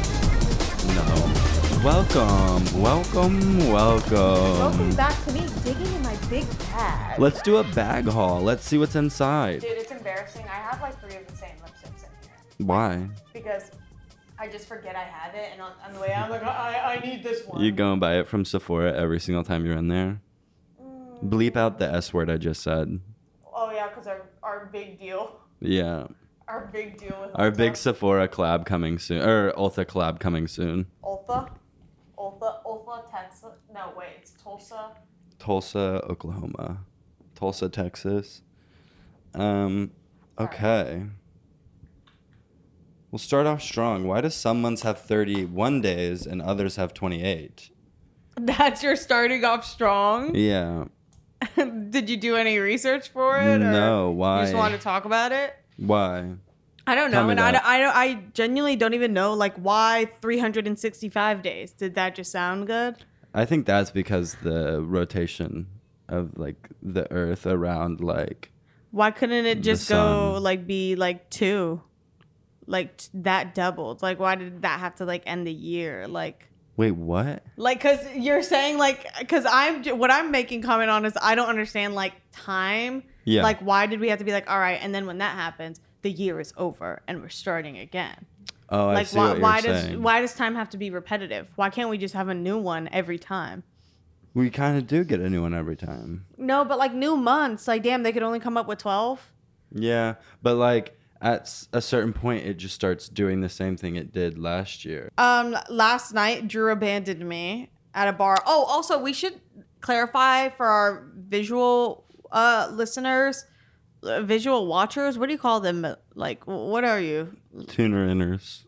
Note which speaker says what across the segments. Speaker 1: No. Welcome, welcome,
Speaker 2: Welcome
Speaker 1: welcome.
Speaker 2: back to me digging in my big bag.
Speaker 1: Let's do a bag haul. Let's see what's inside.
Speaker 2: Dude, it's embarrassing. I have like three of the same lipsticks in here
Speaker 1: Why?
Speaker 2: because I just forget I have it, and on, on the way out, I'm like, I, I need this one.
Speaker 1: You go and buy it from Sephora every single time you're in there. Bleep out the S word I just said.
Speaker 2: Oh yeah, because our our big deal,
Speaker 1: Yeah.
Speaker 2: our big deal with
Speaker 1: Our big
Speaker 2: Ulta,
Speaker 1: Sephora collab coming soon, or Ulta collab coming soon.
Speaker 2: Ulta, Ulta, Ulta, Tesla. No wait, it's Tulsa.
Speaker 1: Tulsa, Oklahoma. Tulsa, Texas. Um, okay. We'll start off strong. Why does some months have 31 days and others have 28?
Speaker 2: That's your starting off strong.
Speaker 1: Yeah.
Speaker 2: Did you do any research for it? or
Speaker 1: No,
Speaker 2: You
Speaker 1: why?
Speaker 2: just want to talk about it.
Speaker 1: Why?
Speaker 2: I don't
Speaker 1: Tell
Speaker 2: know,
Speaker 1: me
Speaker 2: and I,
Speaker 1: that.
Speaker 2: don't- I don't- I genuinely don't even know like why 365 days. Did that just sound good?
Speaker 1: I think that's because the rotation of like the earth around like
Speaker 2: Why couldn't it just go
Speaker 1: sun.
Speaker 2: like be like two, like t- that doubled? Like why did that have to like end the year? Like
Speaker 1: wait, what?
Speaker 2: like because you're saying like because I'm j- what I'm making comment on is I don't understand like time.
Speaker 1: Yeah.
Speaker 2: Like why did we have to be like all right, and then when that happens, the year is over and we're starting again.
Speaker 1: Oh, I
Speaker 2: like
Speaker 1: see
Speaker 2: why,
Speaker 1: what you're
Speaker 2: why does
Speaker 1: saying.
Speaker 2: why does time have to be repetitive why can't we just have a new one every time
Speaker 1: we kind of do get a new one every time.
Speaker 2: no but like new months like damn they could only come up with 12
Speaker 1: Yeah, but like at s- a certain point, it just starts doing the same thing it did last year.
Speaker 2: um last night drew abandoned me at a bar oh also we should clarify for our visual uh listeners uh, visual watchers what do you call them like what are you
Speaker 1: Tuner inners.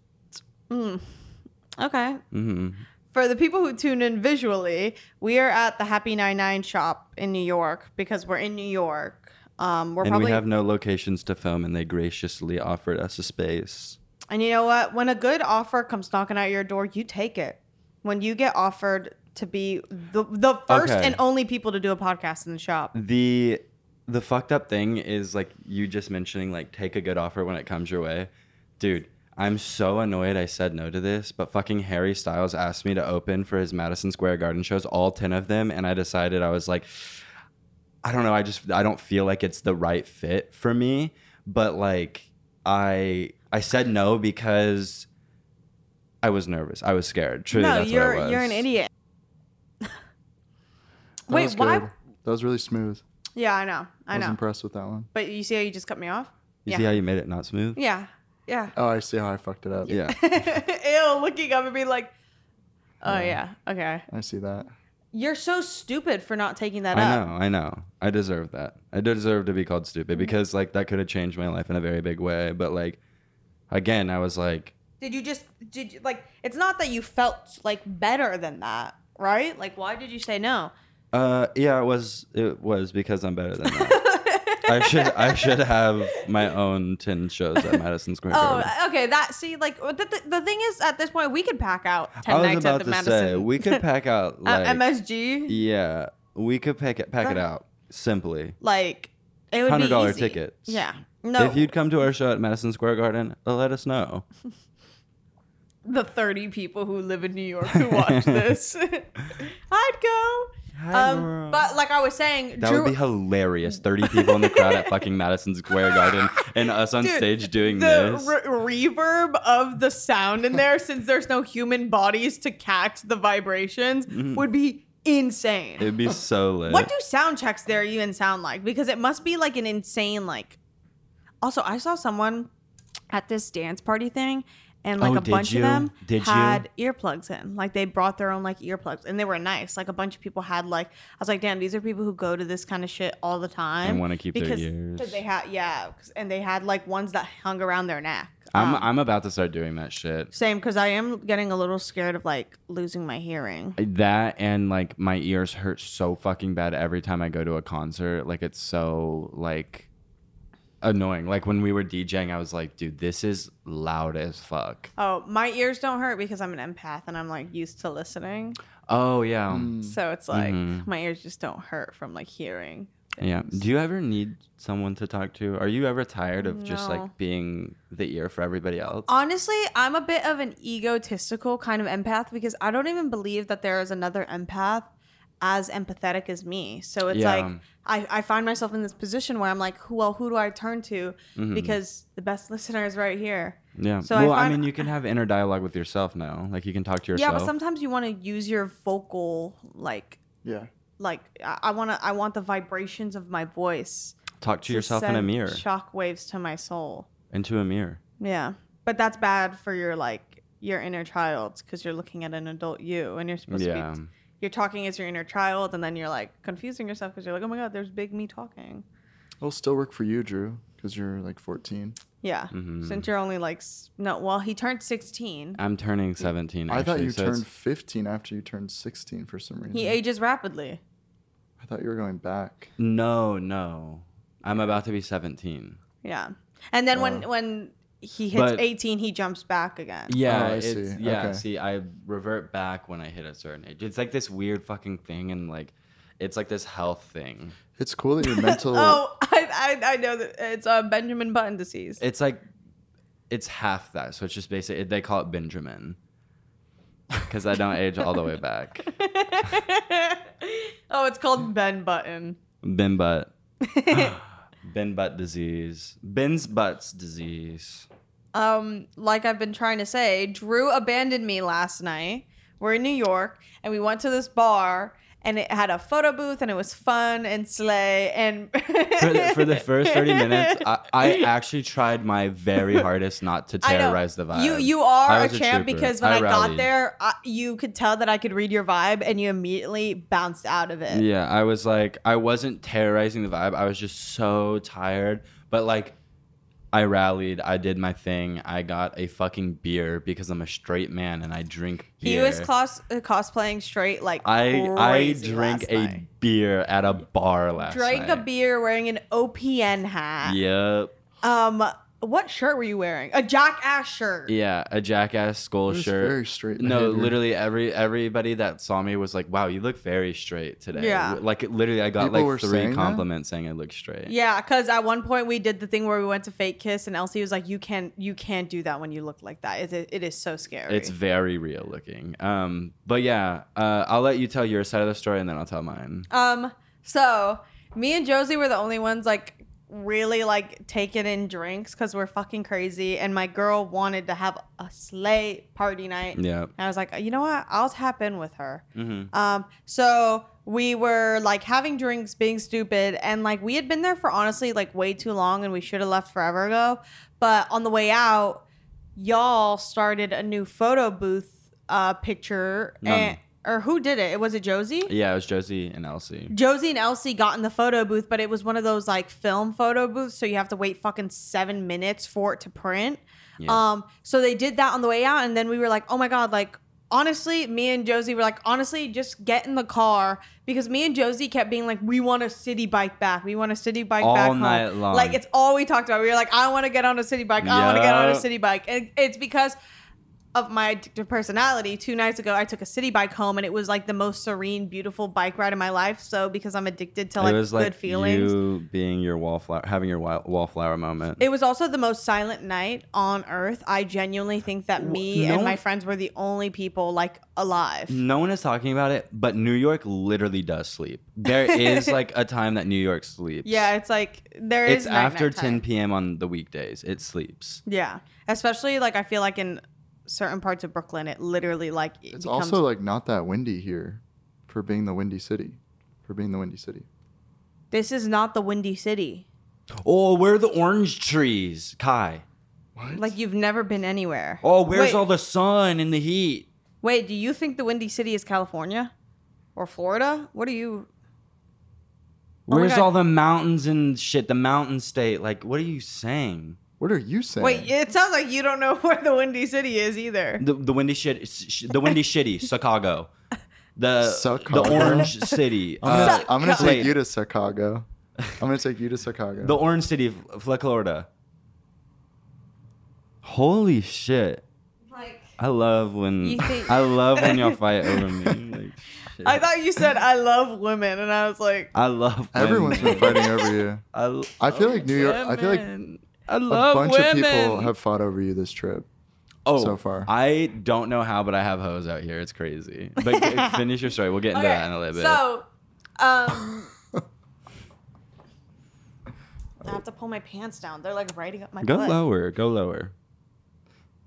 Speaker 2: okay
Speaker 1: hmm
Speaker 2: For the people who tune in visually, we are at the Happy 99 shop in New York because we're in New York. Um, we're
Speaker 1: And
Speaker 2: probably
Speaker 1: we have no locations to film, and they graciously offered us a space.
Speaker 2: And you know what? When a good offer comes knocking at your door, you take it. When you get offered to be the, the first
Speaker 1: Okay.
Speaker 2: and only people to do a podcast in the shop,
Speaker 1: The the fucked up thing is like you just mentioning like take a good offer when it comes your way, dude. I'm so annoyed I said no to this, but fucking Harry Styles asked me to open for his Madison Square Garden shows, all 10 of them, and I decided I was like I don't know, I just I don't feel like it's the right fit for me, but like I I said no because I was nervous. I was scared. Truly,
Speaker 2: no,
Speaker 1: that's what I
Speaker 2: you're
Speaker 1: was.
Speaker 2: you're an idiot.
Speaker 3: That
Speaker 2: Wait,
Speaker 3: was
Speaker 2: why-
Speaker 3: good. That was really smooth.
Speaker 2: Yeah, I know,
Speaker 3: I,
Speaker 2: I
Speaker 3: was
Speaker 2: know.
Speaker 3: impressed with that one.
Speaker 2: but you see how you just cut me off?
Speaker 1: You
Speaker 2: Yeah.
Speaker 1: see how you made it not smooth?
Speaker 2: Yeah, yeah.
Speaker 3: Oh, I see how I fucked it up.
Speaker 1: Yeah.
Speaker 2: Ew, looking up and being like, oh yeah, okay.
Speaker 3: I see that.
Speaker 2: You're so stupid for not taking that
Speaker 1: I
Speaker 2: up. Mm-hmm.
Speaker 1: know, I know. I deserve that. I deserve to be called stupid because like that could have changed my life in a very big way. But like again, I was like,
Speaker 2: Did you just did you, like? It's not that you felt like better than that, right? Like, why did you say no?
Speaker 1: uh yeah, it was it was because I'm better than that. I should I should have my own ten shows at Madison Square Garden.
Speaker 2: Oh, okay. That see, like the, the, the thing is, at this point, we could pack out
Speaker 1: I
Speaker 2: ten
Speaker 1: was
Speaker 2: nights at
Speaker 1: about
Speaker 2: the
Speaker 1: to
Speaker 2: Madison.
Speaker 1: say we could pack out
Speaker 2: Uh,
Speaker 1: like
Speaker 2: MSG,
Speaker 1: yeah, we could pack it pack it
Speaker 2: Uh,
Speaker 1: out simply.
Speaker 2: like it would be
Speaker 1: Hundred dollar
Speaker 2: easy.
Speaker 1: tickets.
Speaker 2: Yeah. No,
Speaker 1: If you'd come to our show at Madison Square Garden, let us know.
Speaker 2: the thirty people who live in New York who watch this, I'd go.
Speaker 1: Hi,
Speaker 2: Um,
Speaker 1: girl.
Speaker 2: but like I was saying,
Speaker 1: That
Speaker 2: Drew,
Speaker 1: would be hilarious. 30 people in the crowd at fucking Madison Square Garden and us on
Speaker 2: Dude,
Speaker 1: stage doing this.
Speaker 2: the re- reverb of the sound in there since there's no human bodies to catch the vibrations
Speaker 1: Mm-hmm.
Speaker 2: would be insane
Speaker 1: It'd be so lit.
Speaker 2: what do sound checks there even sound like because it must be like an insane like also i saw someone at this dance party thing and like
Speaker 1: Oh,
Speaker 2: a
Speaker 1: did
Speaker 2: bunch
Speaker 1: you?
Speaker 2: of them
Speaker 1: Did you?
Speaker 2: had earplugs in. Like they brought their own like earplugs, and they were nice. Like a bunch of people had like I was like, damn, these are people who go to this kind of shit all the time
Speaker 1: And wanna keep their
Speaker 2: because
Speaker 1: ears.
Speaker 2: 'cause they had yeah, 'cause- and they had like ones that hung around their neck.
Speaker 1: I'm
Speaker 2: Um,
Speaker 1: I'm about to start doing that shit.
Speaker 2: same because I am getting a little scared of like losing my hearing.
Speaker 1: That and like my ears hurt so fucking bad every time I go to a concert. Like it's so like annoying. Like when we were DJing, I was like, dude, this is loud as fuck.
Speaker 2: Oh, my ears don't hurt because I'm an empath and I'm like used to listening.
Speaker 1: Oh yeah.
Speaker 3: Um,
Speaker 2: So it's like
Speaker 1: Mhm.
Speaker 2: my ears just don't hurt from like hearing.
Speaker 1: Yeah.
Speaker 2: things.
Speaker 1: Do you ever need someone to talk to? Are you ever tired of just
Speaker 2: No.
Speaker 1: like being the ear for everybody else?
Speaker 2: Honestly, I'm a bit of an egotistical kind of empath because I don't even believe that there is another empath as empathetic as me. So it's
Speaker 1: Yeah.
Speaker 2: like I, I find myself in this position where I'm like, who- well, who do I turn to?
Speaker 1: Mm-hmm.
Speaker 2: Because the best listener is right here.
Speaker 1: yeah.
Speaker 2: so I
Speaker 1: well, I,
Speaker 2: find-
Speaker 1: mean, you can have inner dialogue with yourself now. Like you can talk to yourself.
Speaker 2: Yeah, but sometimes you want to use your vocal like
Speaker 3: Yeah.
Speaker 2: like I I want to I want the vibrations of my voice
Speaker 1: talk to yourself in a
Speaker 2: send
Speaker 1: mirror.
Speaker 2: shock waves to my soul.
Speaker 1: into a mirror.
Speaker 2: Yeah, but that's bad for your like your inner child because you're looking at an adult you and you're supposed
Speaker 1: Yeah.
Speaker 2: to be you're talking as your inner child and then you're like confusing yourself because you're like oh my god there's big me talking.
Speaker 3: It'll still work for you, Drew, because you're like 14.
Speaker 2: Yeah,
Speaker 1: Mhm.
Speaker 2: since you're only like s- no well he turned 16.
Speaker 1: I'm turning 17.
Speaker 3: I thought
Speaker 1: actually,
Speaker 3: you
Speaker 1: so it's-
Speaker 3: turned 15 after you turned 16 for some reason.
Speaker 2: He ages rapidly.
Speaker 3: I thought you were going back.
Speaker 1: No, no. I'm about to be 17.
Speaker 2: Yeah, and then when when he hits
Speaker 1: But-
Speaker 2: 18 he jumps back again.
Speaker 1: Yeah,
Speaker 3: Oh, I
Speaker 1: it's,
Speaker 3: see.
Speaker 1: yeah.
Speaker 3: Okay.
Speaker 1: See, I revert back when I hit a certain age. It's like this weird fucking thing, and like, it's like this health thing.
Speaker 3: It's cool that your mental.
Speaker 2: Oh, I, I I know that it's uh, Benjamin Button disease.
Speaker 1: It's like, it's half that. So it's just basically they call it Benjamin, because I don't age all the way back.
Speaker 2: oh, it's called Ben Button.
Speaker 1: Ben butt, Ben butt disease, Ben's butts disease.
Speaker 2: um, like I've been trying to say, Drew abandoned me last night. We're in New York, and we went to this bar, and it had a photo booth, and it was fun and sleigh, and
Speaker 1: For the, for the first 30 minutes, I, I actually tried my very hardest not to
Speaker 2: I know.
Speaker 1: terrorize the vibe.
Speaker 2: You you are
Speaker 1: I
Speaker 2: a
Speaker 1: was
Speaker 2: champ
Speaker 1: trooper.
Speaker 2: because when I, got
Speaker 1: rallied.
Speaker 2: there, I, you could tell that I could read your vibe, and you immediately bounced out of it.
Speaker 1: Yeah, I was like, I wasn't terrorizing the vibe. I was just so tired. But like, I rallied. I did my thing. I got a fucking beer because I'm a straight man and I drink
Speaker 2: He
Speaker 1: beer.
Speaker 2: was cos- uh, cosplaying straight like
Speaker 1: I I
Speaker 2: crazy
Speaker 1: drank
Speaker 2: last
Speaker 1: a
Speaker 2: night.
Speaker 1: beer at a bar last
Speaker 2: drank
Speaker 1: night.
Speaker 2: a beer wearing an OPN hat.
Speaker 1: Yep.
Speaker 2: Um, what shirt were you wearing? A Jack Ash shirt.
Speaker 1: Yeah, a jackass skull
Speaker 3: It was
Speaker 1: shirt.
Speaker 3: very straight
Speaker 1: No,
Speaker 3: behavior.
Speaker 1: literally every everybody that saw me was like, "Wow, you look very straight today."
Speaker 2: Yeah.
Speaker 1: Like it, literally, I got
Speaker 3: People were
Speaker 1: like
Speaker 3: saying
Speaker 1: three
Speaker 3: that?
Speaker 1: compliments saying I look straight.
Speaker 2: Yeah, because at one point we did the thing where we went to Fake Kiss, and Elsie was like, "You can't, you can't do that when you look like that. It, it is so scary."
Speaker 1: It's very real looking. Um, but yeah, uh, I'll let you tell your side of the story and then I'll tell mine.
Speaker 2: um. So me and Josie were the only ones like really like taking in drinks because we're fucking crazy, and my girl wanted to have a sleigh party night.
Speaker 1: Yeah.
Speaker 2: And I was like, you know what? I'll tap in with her.
Speaker 1: hmm
Speaker 2: Um, so we were like having drinks, being stupid, and like we had been there for honestly like way too long, and we should have left forever ago. But on the way out, y'all started a new photo booth uh, picture,
Speaker 1: None.
Speaker 2: and, or who did it? Was it Josie?
Speaker 1: Yeah, it was Josie and Elsie.
Speaker 2: Josie and Elsie got in the photo booth, but it was one of those like film photo booths, so you have to wait fucking seven minutes for it to print.
Speaker 1: Yeah.
Speaker 2: Um, so they did that on the way out, and then we were like, oh my god, like honestly, me and Josie were like, honestly, just get in the car because me and Josie kept being like, we want a city bike back, we want a city bike
Speaker 1: All
Speaker 2: back home."
Speaker 1: night long.
Speaker 2: Like it's all we talked about. We were like, I want to get on a city bike, I want to get on a
Speaker 1: Yeah.
Speaker 2: city bike, and it's because of my addictive personality, two nights ago I took a city bike home and it was like the most serene, beautiful bike ride in my life. So because I'm addicted to like
Speaker 1: it
Speaker 2: good
Speaker 1: was like
Speaker 2: feelings.
Speaker 1: you being your wallflower, having your wa- wallflower moment.
Speaker 2: it was also the most silent night on earth. I genuinely think that me
Speaker 1: no Mm.
Speaker 2: and my
Speaker 1: one-
Speaker 2: friends were the only people like alive.
Speaker 1: no one is talking about it, but New York literally does sleep. There is like a time that New York sleeps.
Speaker 2: Yeah, it's like there
Speaker 1: it's
Speaker 2: is
Speaker 1: after
Speaker 2: night-night
Speaker 1: 10
Speaker 2: time.
Speaker 1: p.m. on the weekdays. It sleeps.
Speaker 2: Yeah, especially like I feel like in certain parts of Brooklyn, it literally like it
Speaker 3: It's
Speaker 2: becomes,
Speaker 3: also like not that windy here for being the windy city. For being the windy city.
Speaker 2: this is not the windy city.
Speaker 1: Oh, where are the orange trees, Kai?
Speaker 3: What?
Speaker 2: Like you've never been anywhere.
Speaker 1: Oh, where's
Speaker 2: Wait. Oh
Speaker 1: all the sun and the heat?
Speaker 2: Wait, do you think the Windy City is California or Florida? What are you? my
Speaker 1: Where's
Speaker 2: God.
Speaker 1: all the mountains and shit? The mountain state. Like, what are you saying?
Speaker 3: what are you saying?
Speaker 2: Wait, it sounds like you don't know where the Windy City is either.
Speaker 1: The, the windy shit. sh- The windy shitty. Chicago. The
Speaker 3: Chicago.
Speaker 1: the orange city.
Speaker 3: I'm
Speaker 1: uh,
Speaker 3: gonna, I'm gonna
Speaker 1: Wait.
Speaker 3: take you to Chicago. I'm gonna take you to Chicago.
Speaker 1: the orange city of of Florida. Holy shit!
Speaker 2: Like
Speaker 1: I love when
Speaker 2: You think-
Speaker 1: I love when y'all fight over me. Like, shit.
Speaker 2: I thought you said I love women, and I was like,
Speaker 1: I love women.
Speaker 3: Everyone's been fighting over you.
Speaker 1: I, l-
Speaker 3: I feel like New York- I feel like
Speaker 1: women. I
Speaker 3: A
Speaker 1: love
Speaker 3: bunch of people
Speaker 1: women.
Speaker 3: have fought over you this trip.
Speaker 1: oh,
Speaker 3: so far.
Speaker 1: I don't know how, but I have hoes out here. It's crazy. But g- finish your story. We'll get into that in a little bit.
Speaker 2: So, um. I have to pull my pants down. They're like riding up my
Speaker 1: go
Speaker 2: butt.
Speaker 1: lower. Go lower.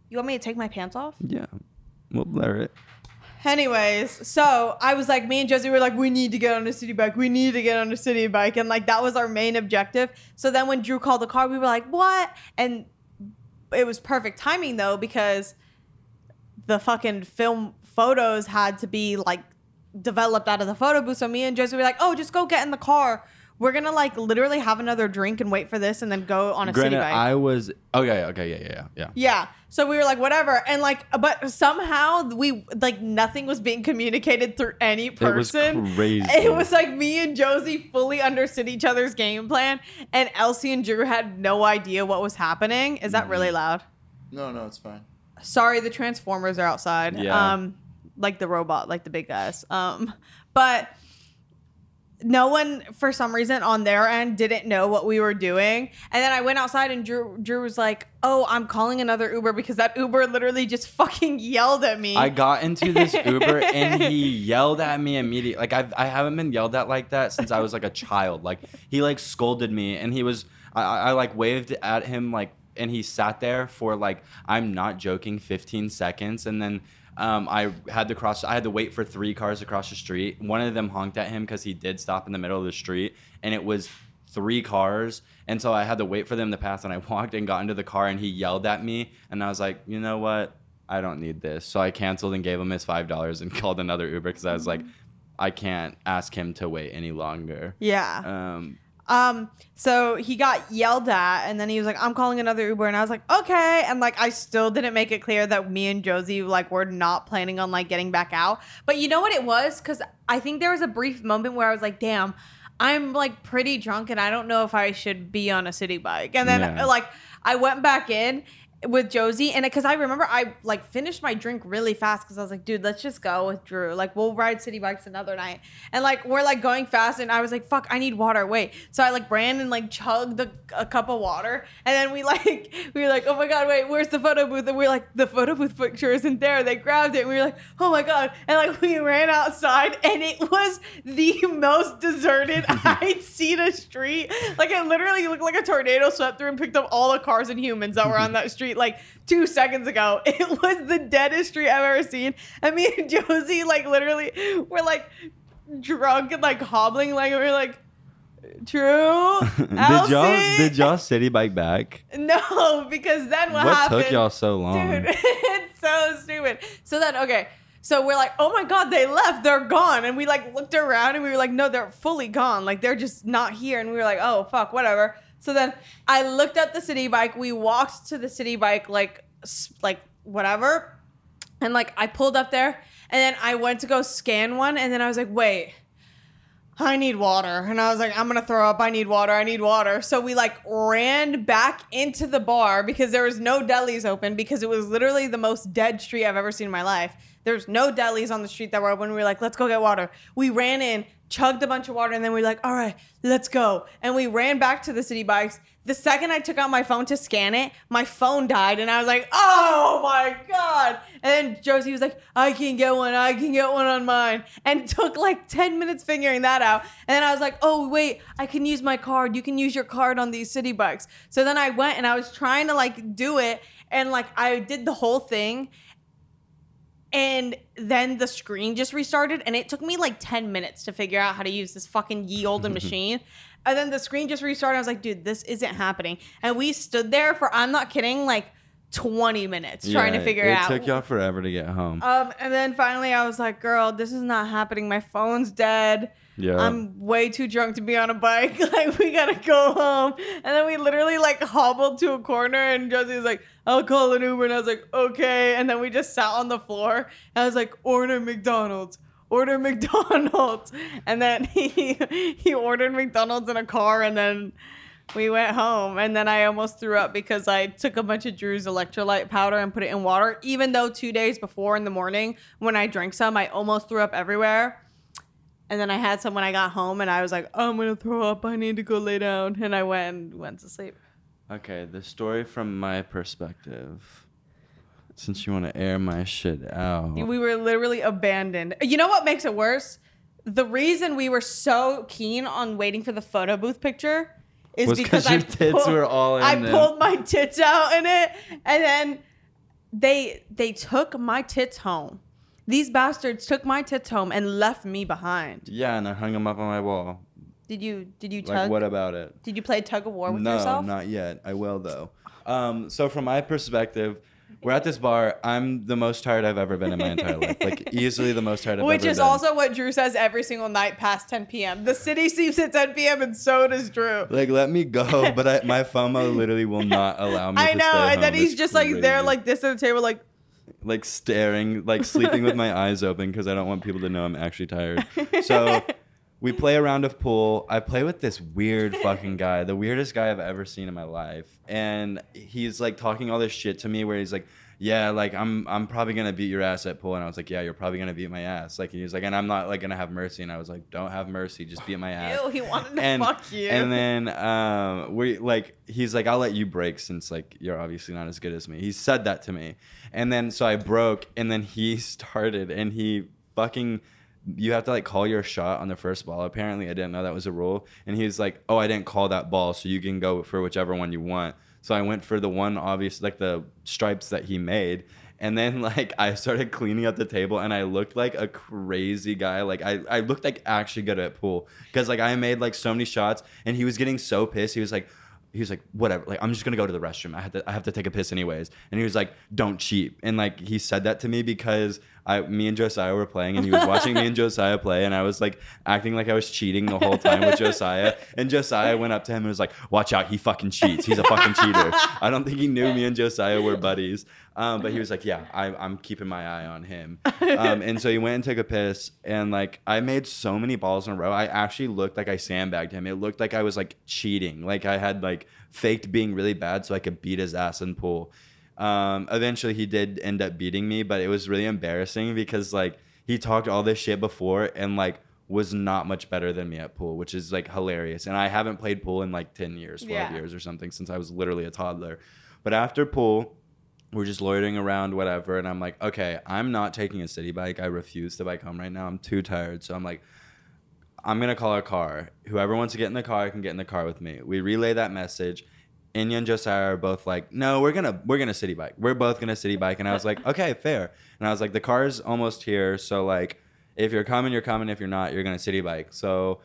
Speaker 2: You want me to take my pants off?
Speaker 1: Yeah, we'll blur it.
Speaker 2: Anyways, so I was like, me and Josie were like, we need to get on a city bike. We need to get on a city bike. And like, that was our main objective. So then when Drew called the car, we were like, what? And it was perfect timing though, because the fucking film photos had to be like developed out of the photo booth. So me and Josie were like, oh, just go get in the car. We're going to like literally have another drink and wait for this and then go on a city
Speaker 1: Granted,
Speaker 2: bike.
Speaker 1: I was okay. Okay, yeah, yeah, yeah, yeah.
Speaker 2: Yeah. So we were like, whatever. And like, but somehow we, like, nothing was being communicated through any
Speaker 1: was
Speaker 2: person.
Speaker 1: crazy.
Speaker 2: It was like me and Josie fully understood each other's game plan, and Elsie and Drew had no idea what was happening. Is that
Speaker 1: Mm.
Speaker 2: really loud?
Speaker 3: No, no, it's fine.
Speaker 2: Sorry, the Transformers are outside.
Speaker 1: Yeah.
Speaker 2: Um, like the robot, like the big guys. Um, but no one for some reason on their end didn't know what we were doing. And then I went outside and Drew Drew was like, "Oh, I'm calling another Uber because that Uber literally just fucking yelled at me."
Speaker 1: I got into this Uber and he yelled at me immediately. Like I've, I haven't been yelled at like that since I was like a child. Like he like scolded me and he was I, I I, like waved at him like and he sat there for like I'm not joking 15 seconds and then um, I had to cross. I had to wait for three cars across the street. One of them honked at him because he did stop in the middle of the street, and it was three cars. And so I had to wait for them to pass. And I walked and got into the car, and he yelled at me. And I was like, you know what? I don't need this. So I canceled and gave him his five dollars and called another Uber because I was like, I can't ask him to wait any longer.
Speaker 2: yeah.
Speaker 1: Um,
Speaker 2: Um, so he got yelled at, and then he was like, "I'm calling another Uber," and I was like, "Okay." And like, I still didn't make it clear that me and Josie like were not planning on like getting back out. But you know what it was? Because I think there was a brief moment where I was like, "Damn, I'm like pretty drunk, and I don't know if I should be on a city bike." And then
Speaker 1: Yeah.
Speaker 2: like, I went back in with Josie, and because I remember I like finished my drink really fast because I was like, dude, let's just go with Drew. Like, we'll ride city bikes another night. And like, we're like going fast, and I was like, fuck, I need water. Wait. So I like ran and like chugged a, a cup of water, and then we like, we were like, oh my God, wait, where's the photo booth? And we are like, the photo booth picture isn't there. They grabbed it, and we were like, oh my God. And like, we ran outside, and it was the most deserted I'd seen a street. Like, it literally looked like a tornado swept through and picked up all the cars and humans that were on that street like two seconds ago. It was the deadest street I've ever seen. And me and Josie, like, literally were like drunk and like hobbling, like, we were like, True.
Speaker 1: did y'all
Speaker 2: Elsie?"
Speaker 1: did y'all city bike back?
Speaker 2: No, because then what,
Speaker 1: What
Speaker 2: happened?
Speaker 1: took y'all so long?
Speaker 2: Dude, it's so stupid. So then, okay. So we're like, oh my God, they left. They're gone. And we like looked around and we were like, no, they're fully gone. Like they're just not here. And we were like, oh, fuck, whatever. So then I looked up the city bike. We walked to the city bike, like, s- like whatever. And like I pulled up there and then I went to go scan one. And then I was like, wait. I need water. And I was like, I'm going to throw up. I need water. I need water. So we like ran back into the bar because there was no delis open because it was literally the most dead street I've ever seen in my life. There's no delis on the street that were open. We were like, let's go get water. We ran in, chugged a bunch of water, and then we were like, all right, let's go. And we ran back to the city bikes. The second I took out my phone to scan it, my phone died. And I was like, oh my God. And then Josie was like, I can get one. I can get one on mine. And took like 10 minutes figuring that out. And then I was like, oh, wait, I can use my card. You can use your card on these city bikes. So then I went and I was trying to like do it. And like I did the whole thing. And then the screen just restarted, and it took me like 10 minutes to figure out how to use this fucking ye olde machine. And then the screen just restarted. I was like, dude, this isn't happening. And we stood there for, I'm not kidding, like 20 minutes trying to
Speaker 1: Yeah,
Speaker 2: figure
Speaker 1: it
Speaker 2: out.
Speaker 1: It took y'all forever to get home.
Speaker 2: um, and then finally, I was like, "Girl, this is not happening. My phone's dead.
Speaker 1: yeah.
Speaker 2: I'm way too drunk to be on a bike. Like, we gotta go home." And then we literally like hobbled to a corner, and Josie was like, "I'll call an Uber," and I was like, "Okay." And then we just sat on the floor, and I was like, "Order McDonald's." Order McDonald's, and then he he ordered McDonald's in a car, and then we went home, and then I almost threw up because I took a bunch of Drew's electrolyte powder and put it in water. Even though two days before in the morning, when I drank some, I almost threw up everywhere. And then I had some when I got home, and I was like, "Oh, "I'm gonna throw up. I need to go lay down." And I went and went to sleep.
Speaker 1: okay, the story from my perspective. Since you want to air my shit out.
Speaker 2: We were literally abandoned. You know what makes it worse? The reason we were so keen on waiting for the photo booth picture is
Speaker 1: Was
Speaker 2: because
Speaker 1: 'cause
Speaker 2: I
Speaker 1: your tits
Speaker 2: pulled-
Speaker 1: were all in
Speaker 2: I
Speaker 1: them.
Speaker 2: pulled my tits out in it, and then they they took my tits home. These bastards took my tits home and left me behind.
Speaker 1: yeah, and I hung them up on my wall.
Speaker 2: Did you did you
Speaker 1: Like,
Speaker 2: tug?
Speaker 1: what about it?
Speaker 2: did you play tug of war with
Speaker 1: no,
Speaker 2: yourself?
Speaker 1: not yet. I will though. Um, so from my perspective, we're at this bar. I'm the most tired I've ever been in my entire life. Like easily the most tired I've
Speaker 2: Which
Speaker 1: ever
Speaker 2: is
Speaker 1: been.
Speaker 2: also what Drew says every single night past 10 p.m. The city sleeps at 10 p.m. and so does Drew.
Speaker 1: like let me go, but I, my FOMO literally will not allow me.
Speaker 2: I
Speaker 1: to
Speaker 2: know.
Speaker 1: stay
Speaker 2: And then
Speaker 1: home.
Speaker 2: he's
Speaker 1: It's
Speaker 2: just like there,
Speaker 1: crazy.
Speaker 2: like this at the table, like,
Speaker 1: like staring, like sleeping with my eyes open because I don't want people to know I'm actually tired. So we play a round of pool. I play with this weird fucking guy, the weirdest guy I've ever seen in my life. And he's like talking all this shit to me where he's like, yeah, like I'm I'm probably gonna beat your ass at pool. And I was like, Yeah, you're probably gonna beat my ass. Like and he was like, and I'm not like gonna have mercy. And I was like, Don't have mercy, just beat my ass
Speaker 2: ew, he wanted to
Speaker 1: and
Speaker 2: fuck you.
Speaker 1: and then um, we like he's like I'll let you break since like you're obviously not as good as me. He said that to me, and then so I broke, and then he started, and he fucking. You have to like call your shot on the first ball. Apparently, I didn't know that was a rule. And he's like, "Oh, I didn't call that ball, so you can go for whichever one you want." So I went for the one obvious, like the stripes that he made. And then like I started cleaning up the table and I looked like a crazy guy. Like I, I looked like actually good at pool. Cause like I made like so many shots and he was getting so pissed. He was like, he was like, whatever. Like I'm just gonna go to the restroom. I have to I have to take a piss anyways. And he was like, don't cheat. And like he said that to me because I me and Josiah were playing and he was watching me and Josiah play and I was like acting like I was cheating the whole time with Josiah. And Josiah went up to him and was like, watch out, he fucking cheats. He's a fucking cheater. I don't think he knew me and Josiah were buddies. Um, but he was like, yeah, I, I'm keeping my eye on him. Um, and so he went and took a piss. And like, I made so many balls in a row. I actually looked like I sandbagged him. It looked like I was like cheating. Like I had like faked being really bad so I could beat his ass in pool. Um, eventually he did end up beating me, but it was really embarrassing because like he talked all this shit before and like was not much better than me at pool, which is like hilarious. And I haven't played pool in like 10 years, 12
Speaker 2: Yeah.
Speaker 1: years or something since I was literally a toddler. But after pool, we're just loitering around, whatever. And I'm like, okay, I'm not taking a city bike. I refuse to bike home right now. I'm too tired. So I'm like, I'm gonna call a car. Whoever wants to get in the car can get in the car with me. We relay that message. Inya and Josiah are both like, no, we're gonna we're gonna city bike. We're both gonna city bike. And I was like, okay, fair. And I was like, the car's almost here, so like, if you're coming, you're coming. If you're not, you're gonna city bike. So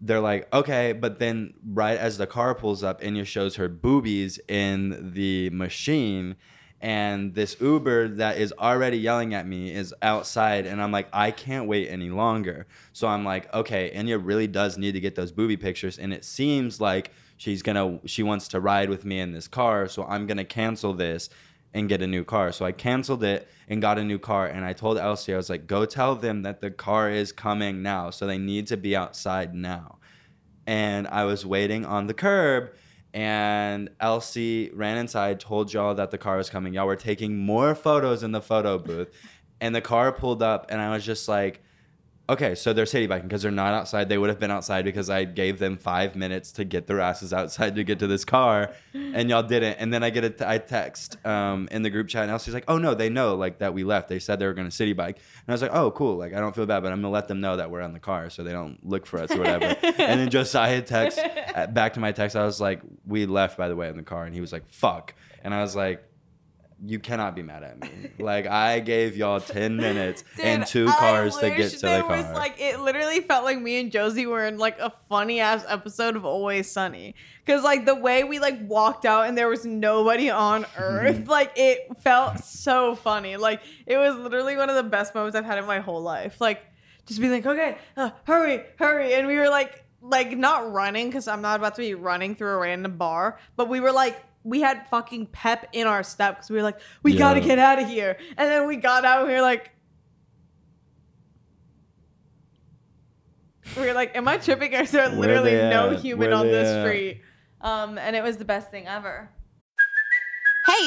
Speaker 1: they're like, okay, but then right as the car pulls up, Inya shows her boobies in the machine. And this Uber that is already yelling at me is outside, and I'm like, I can't wait any longer. So I'm like, okay, Inya really does need to get those booby pictures, and it seems like she's gonna, she wants to ride with me in this car, so I'm gonna cancel this and get a new car. So I canceled it and got a new car. And I told Elsie, I was like, go tell them that the car is coming now. So they need to be outside now. And I was waiting on the curb. And Elsie ran inside, told y'all that the car was coming. Y'all were taking more photos in the photo booth. and the car pulled up. And I was just like, okay, so they're city biking because they're not outside. They would have been outside because I gave them five minutes to get their asses outside to get to this car, and y'all didn't. And then I get a t- I text um, in the group chat, and Elsie's like, "Oh no, they know like that we left. They said they were gonna city bike." And I was like, "Oh cool, like I don't feel bad, but I'm gonna let them know that we're on the car so they don't look for us or whatever." and then Josiah text uh, back to my text. I was like, "We left by the way in the car," and he was like, "Fuck," and I was like you cannot be mad at me. like I gave y'all ten minutes
Speaker 2: Dude,
Speaker 1: and two
Speaker 2: I
Speaker 1: cars to
Speaker 2: wish
Speaker 1: get to the
Speaker 2: there
Speaker 1: car.
Speaker 2: was, like it literally felt like me and Josie were in like a funny ass episode of Always Sunny because like the way we like walked out and there was nobody on Earth, like it felt so funny. Like it was literally one of the best moments I've had in my whole life. Like just being like, okay, uh, hurry, hurry, and we were like, like not running because I'm not about to be running through a random bar, but we were like. We had fucking pep in our step because we were like, we gotta
Speaker 1: Yeah.
Speaker 2: get out of here. And then we got out and we were like, we were like, "Am I tripping? Is there
Speaker 1: Where
Speaker 2: literally
Speaker 1: they
Speaker 2: no
Speaker 1: at?
Speaker 2: human
Speaker 1: Where
Speaker 2: on
Speaker 1: they
Speaker 2: this
Speaker 1: at?
Speaker 2: street?" Um, and it was the best thing ever.
Speaker 4: Hey,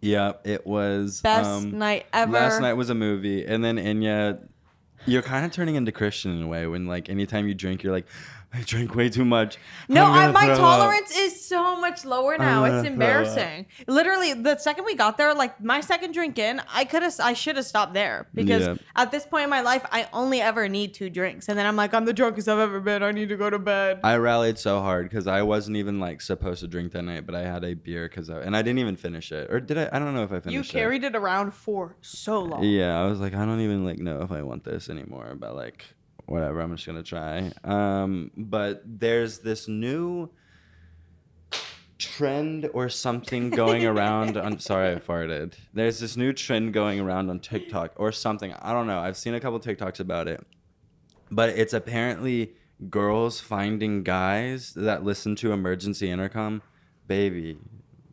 Speaker 1: yeah, it was
Speaker 2: Best
Speaker 1: um,
Speaker 2: night ever.
Speaker 1: Last night was a movie, and then Inya, you're kind of turning into Christian in a way. When like anytime you drink, you're like, I drink way too much.
Speaker 2: No,
Speaker 1: I'm
Speaker 2: I,
Speaker 1: gonna
Speaker 2: my
Speaker 1: throw up."
Speaker 2: tolerance is so much lower now.
Speaker 1: gonna throw
Speaker 2: It's
Speaker 1: up.
Speaker 2: embarrassing. Literally, the second we got there, like my second drink in, I could have, I should have stopped there because
Speaker 1: Yeah.
Speaker 2: at this point in my life, I only ever need two drinks, and then I'm like, I'm the drunkest I've ever been. I need to go to bed.
Speaker 1: I rallied so hard because I wasn't even like supposed to drink that night, but I had a beer because I and I didn't even finish it, or did I? I don't know if I
Speaker 2: you
Speaker 1: finished. it.
Speaker 2: carried it around for so long.
Speaker 1: Yeah, I was like, I don't even like know if I want this anymore, but like whatever, I'm just gonna try. Um, but there's this new trend or something going around on sorry I farted. There's this new trend going around on TikTok or something. I don't know. I've seen a couple TikToks about it. But it's apparently girls finding guys that listen to emergency intercom. Baby,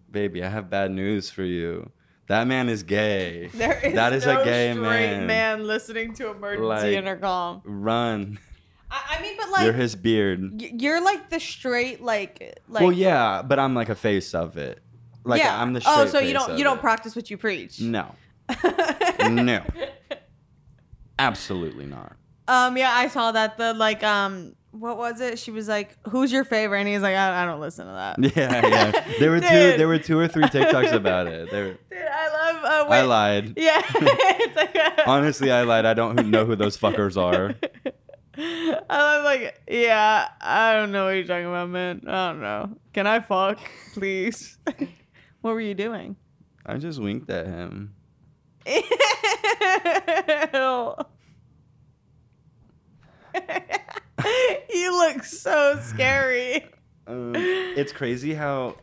Speaker 1: baby, I have bad news for you. That man is gay.
Speaker 2: There is
Speaker 1: that is
Speaker 2: no
Speaker 1: a gay
Speaker 2: straight
Speaker 1: man.
Speaker 2: man. listening to emergency
Speaker 1: Like-
Speaker 2: intercom.
Speaker 1: Run.
Speaker 2: I, I mean, but like
Speaker 1: You're his beard.
Speaker 2: Y- You're like the straight, like, like.
Speaker 1: well, yeah, but I'm like a face of it. Like I'm the straight
Speaker 2: Oh, so you
Speaker 1: face
Speaker 2: don't
Speaker 1: of
Speaker 2: you don't
Speaker 1: it.
Speaker 2: practice what you preach.
Speaker 1: No. no. Absolutely not.
Speaker 2: Um, yeah, I saw that the like um, what was it? She was like, "Who's your favorite?" And he's like, "I, I don't listen to that."
Speaker 1: Yeah, yeah. There were two.
Speaker 2: Dude.
Speaker 1: There were two or three TikToks about it. There,
Speaker 2: Dude, I love. Uh, wait.
Speaker 1: I lied.
Speaker 2: Yeah, it's like.
Speaker 1: Honestly, I lied. I don't who- know who those fuckers are.
Speaker 2: I love like, yeah, I don't know what you're talking about, man. I don't know. Can I fuck, please? what were you doing?
Speaker 1: I just winked at him.
Speaker 2: Ew. you look so scary.
Speaker 1: Um, it's crazy how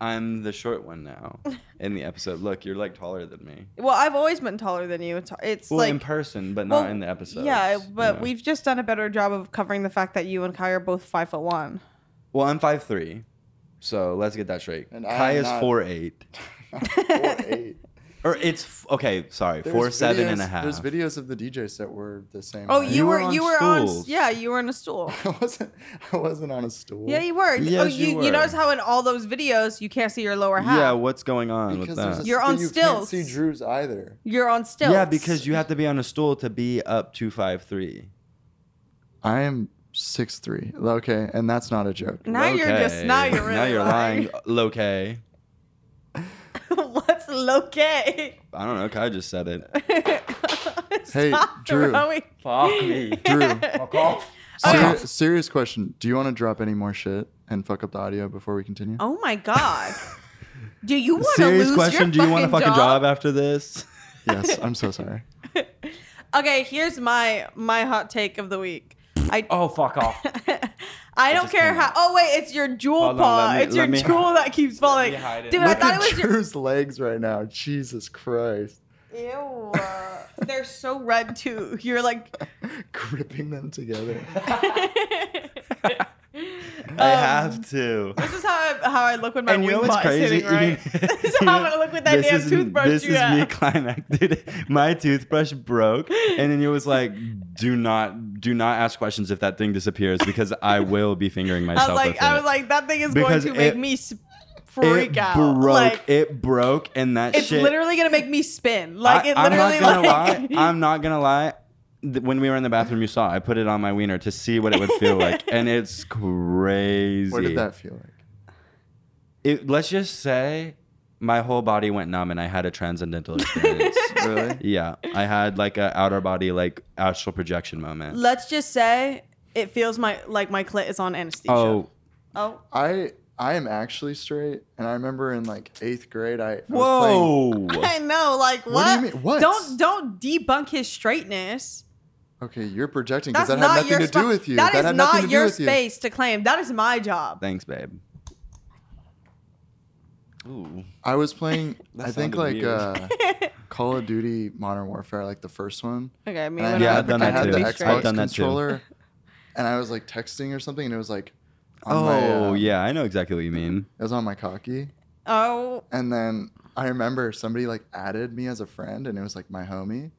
Speaker 1: I'm the short one now in the episode. Look, you're like taller than me.
Speaker 2: Well, I've always been taller than you. It's it's
Speaker 1: Well,
Speaker 2: like
Speaker 1: in person, but not
Speaker 2: well,
Speaker 1: in the episode.
Speaker 2: Yeah, but we've just done a better job of covering the fact that you and Kai are both five foot one.
Speaker 1: Well, I'm five three, so let's get that straight.
Speaker 3: And I
Speaker 1: Kai
Speaker 3: am
Speaker 1: is
Speaker 3: not-
Speaker 1: four eight,
Speaker 3: Four, eight.
Speaker 1: or it's f- okay. Sorry,
Speaker 3: There's
Speaker 1: four seven and a
Speaker 3: videos-
Speaker 1: half.
Speaker 3: There's videos of the DJs that were the same.
Speaker 2: Oh,
Speaker 3: height.
Speaker 2: you, were,
Speaker 1: on
Speaker 2: you were on
Speaker 1: stools.
Speaker 2: on yeah, you were in a stool.
Speaker 3: I wasn't. I wasn't on a stool.
Speaker 2: Yeah, you were. oh,
Speaker 1: Yes,
Speaker 2: you,
Speaker 1: you
Speaker 2: you,
Speaker 1: were.
Speaker 2: notice how in all those videos you can't see your lower half.
Speaker 1: yeah, what's going on with
Speaker 3: Because
Speaker 1: that?
Speaker 3: there's a
Speaker 2: You're
Speaker 3: spin,
Speaker 2: on
Speaker 3: you
Speaker 2: stilts.
Speaker 3: Can't see Drew's either.
Speaker 2: You're on stilts.
Speaker 1: yeah, because you have to be on a stool to be up two five three.
Speaker 3: I am six three. Okay, and that's not a joke.
Speaker 2: now you're just now you're really
Speaker 1: now you're lying. Lokay.
Speaker 2: What's loquet?
Speaker 1: I don't know. Kai just said it.
Speaker 3: Hey,
Speaker 2: Stop
Speaker 3: Drew.
Speaker 2: throwing-
Speaker 1: Fuck me.
Speaker 3: Drew,
Speaker 2: Okay.
Speaker 3: seri- serious question. Do you want to drop any more shit and fuck up the audio before we continue?
Speaker 2: Oh my god. Do you want to lose
Speaker 1: Serious
Speaker 2: your
Speaker 1: question. Do you want a fucking job? after this?
Speaker 3: Yes, I'm so sorry.
Speaker 2: Okay, here's my my hot take of the week. I
Speaker 1: Oh, fuck off.
Speaker 2: I don't
Speaker 1: just
Speaker 2: care
Speaker 1: came
Speaker 2: how. Oh wait, it's your jewel
Speaker 1: Hold on,
Speaker 2: paw.
Speaker 1: let me-
Speaker 2: it's your
Speaker 1: let me-
Speaker 2: jewel that keeps falling.
Speaker 1: me hide it.
Speaker 2: Dude, I
Speaker 3: Look
Speaker 2: thought it
Speaker 3: at
Speaker 2: was your.
Speaker 3: Drew's legs right now. Jesus Christ.
Speaker 2: Ew, uh, they're so red too. You're like,
Speaker 3: Gripping them together.
Speaker 1: I have to.
Speaker 2: this is how I, how I look when my
Speaker 1: And you know
Speaker 2: wing
Speaker 1: what's
Speaker 2: bot is
Speaker 1: crazy?
Speaker 2: hitting right. this is how I'm gonna look with that
Speaker 1: This
Speaker 2: damn
Speaker 1: is-
Speaker 2: toothbrush
Speaker 1: This is
Speaker 2: you
Speaker 1: me
Speaker 2: have.
Speaker 1: climax, dude. My toothbrush broke, and then you was like, "Do not, do not ask questions if that thing disappears because I will be fingering
Speaker 2: I
Speaker 1: myself."
Speaker 2: was like,
Speaker 1: with
Speaker 2: I
Speaker 1: it."
Speaker 2: was like, that thing is
Speaker 1: Because
Speaker 2: going to make
Speaker 1: it-
Speaker 2: me s- freak
Speaker 1: it
Speaker 2: out.
Speaker 1: broke.
Speaker 2: like
Speaker 1: it broke, and that
Speaker 2: it's
Speaker 1: shit.
Speaker 2: literally gonna make me spin. Like
Speaker 1: I,
Speaker 2: it literally
Speaker 1: I'm not gonna
Speaker 2: like
Speaker 1: lie. I'm not gonna lie. Th- When we were in the bathroom, you saw I put it on my wiener to see what it would feel like, and it's crazy.
Speaker 3: What did that feel like?
Speaker 1: It, let's just say, my whole body went numb, and I had a transcendental experience.
Speaker 3: Really?
Speaker 1: yeah, I had like a outer body, like astral projection moment.
Speaker 2: let's just say it feels my like my clit is on anesthesia.
Speaker 1: Oh,
Speaker 2: Oh.
Speaker 3: I I am actually straight, and I remember in like eighth grade, I, I was playing-
Speaker 1: whoa!
Speaker 2: I know, like what?
Speaker 3: What do you mean? What?
Speaker 2: Don't don't debunk his straightness.
Speaker 3: Okay, you're projecting
Speaker 2: That's
Speaker 3: because that
Speaker 2: not
Speaker 3: had nothing
Speaker 2: your
Speaker 3: to
Speaker 2: spa-
Speaker 3: do with you.
Speaker 2: That is
Speaker 3: had nothing to
Speaker 2: not
Speaker 3: do
Speaker 2: your
Speaker 3: with you.
Speaker 2: space to claim. That is my job.
Speaker 1: Thanks, babe. Ooh,
Speaker 3: I was playing,
Speaker 1: That
Speaker 3: I think
Speaker 1: sounded
Speaker 3: like
Speaker 1: weird.
Speaker 3: uh, Call of Duty Modern Warfare, like the first one.
Speaker 2: Okay, I mean,
Speaker 3: And I
Speaker 2: we're
Speaker 1: Yeah,
Speaker 3: had-
Speaker 2: not
Speaker 1: I've done
Speaker 3: I
Speaker 1: that
Speaker 3: had
Speaker 1: too.
Speaker 3: the
Speaker 1: I've
Speaker 3: Xbox
Speaker 1: done that too.
Speaker 3: controller, and I was like texting or something, and it was like, on my,
Speaker 1: Oh,
Speaker 3: uh,
Speaker 1: yeah, I know exactly what you mean.
Speaker 3: it was on my cocky,
Speaker 2: Oh,
Speaker 3: and then I remember somebody like added me as a friend, and it was like my homie,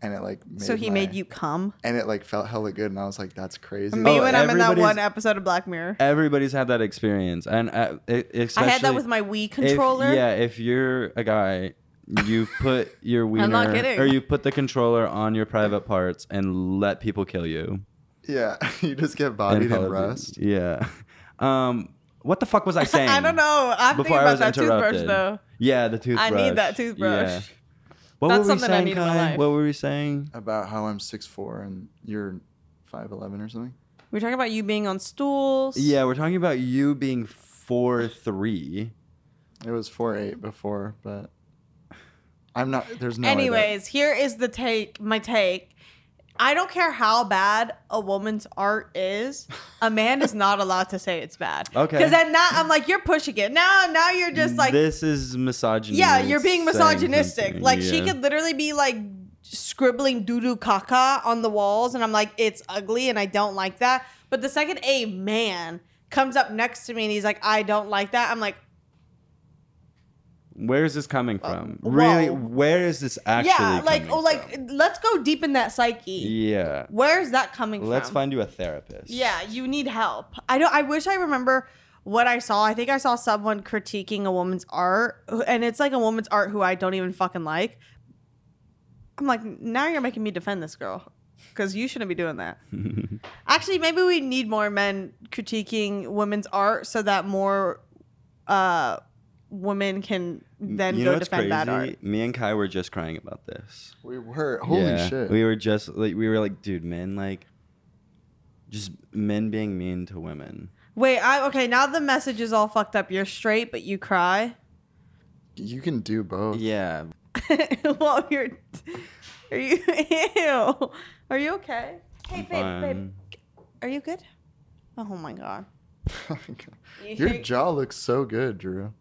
Speaker 3: and it like made
Speaker 2: so he
Speaker 3: my-
Speaker 2: made you come.
Speaker 3: and it like felt hella good, and I was like, that's crazy.
Speaker 2: Me
Speaker 1: Oh,
Speaker 2: when I'm in that
Speaker 1: everybody's-
Speaker 2: one episode of Black Mirror.
Speaker 1: Everybody's had that experience, and uh, it,
Speaker 2: I
Speaker 1: especially
Speaker 2: had that with my Wii
Speaker 1: if-
Speaker 2: controller.
Speaker 1: yeah, if you're a guy, you put your wiener,
Speaker 2: not kidding.
Speaker 1: or you put the controller on your private parts and let people kill you.
Speaker 3: yeah, you just get
Speaker 1: And
Speaker 3: bodied
Speaker 1: Call
Speaker 3: and
Speaker 1: of Duty.
Speaker 3: rust.
Speaker 1: Yeah. Um, what the fuck was I saying?
Speaker 2: I don't know. I'm thinking
Speaker 1: Before I
Speaker 2: about
Speaker 1: was
Speaker 2: that toothbrush
Speaker 1: interrupted.
Speaker 2: though.
Speaker 1: Yeah, the toothbrush.
Speaker 2: I need that toothbrush.
Speaker 1: Yeah. What
Speaker 2: That's
Speaker 1: were we
Speaker 2: something I
Speaker 1: saying,
Speaker 2: need in my
Speaker 1: Kai?
Speaker 2: life.
Speaker 1: What were we saying?
Speaker 3: About how I'm six four and you're five eleven or something.
Speaker 2: We're talking about you being on stools.
Speaker 1: Yeah, we're talking about you being four three.
Speaker 3: It was four eight before, but I'm not. There's no. way that-
Speaker 2: Anyways, here is the take. My take. I don't care how bad a woman's art is, a man is not allowed to say it's bad.
Speaker 1: Okay.
Speaker 2: Because then that I'm like, you're pushing it. Now, now you're just like,
Speaker 1: this is misogyny.
Speaker 2: yeah, you're being
Speaker 1: saying
Speaker 2: misogynistic.
Speaker 1: something,
Speaker 2: Like she
Speaker 1: yeah.
Speaker 2: could literally be like scribbling doo doo caca on the walls, and I'm like, it's ugly, and I don't like that. But the second a man comes up next to me and he's like, I don't like that. I'm like,
Speaker 1: Where is this coming from?
Speaker 2: whoa.
Speaker 1: really, where is this actually?
Speaker 2: Uh, yeah, like,
Speaker 1: coming
Speaker 2: oh, like,
Speaker 1: from?
Speaker 2: let's go deep in that psyche.
Speaker 1: yeah.
Speaker 2: Where's that coming from?
Speaker 1: Let's find you a therapist.
Speaker 2: Yeah, you need help. I don't. I wish I remember what I saw. I think I saw someone critiquing a woman's art, who- and it's like a woman's art who I don't even fucking like. I'm like, now you're making me defend this girl because you shouldn't be doing that. Actually, maybe we need more men critiquing women's art so that more uh, women can then
Speaker 1: you know
Speaker 2: go
Speaker 1: what's
Speaker 2: defend
Speaker 1: crazy?
Speaker 2: that art.
Speaker 1: Me and Kai were just crying about this.
Speaker 3: we were holy
Speaker 1: Yeah.
Speaker 3: shit.
Speaker 1: We were just like we were like, dude, men like, just men being mean to women.
Speaker 2: Wait, I okay. Now the message is all fucked up. You're straight, but you cry.
Speaker 3: you can do both.
Speaker 1: Yeah.
Speaker 2: well, you're. Are you? Ew. Are you okay? Hey, babe, babe.
Speaker 1: Fine.
Speaker 2: Are you good? Oh my god.
Speaker 3: Oh Your jaw looks so good, Drew.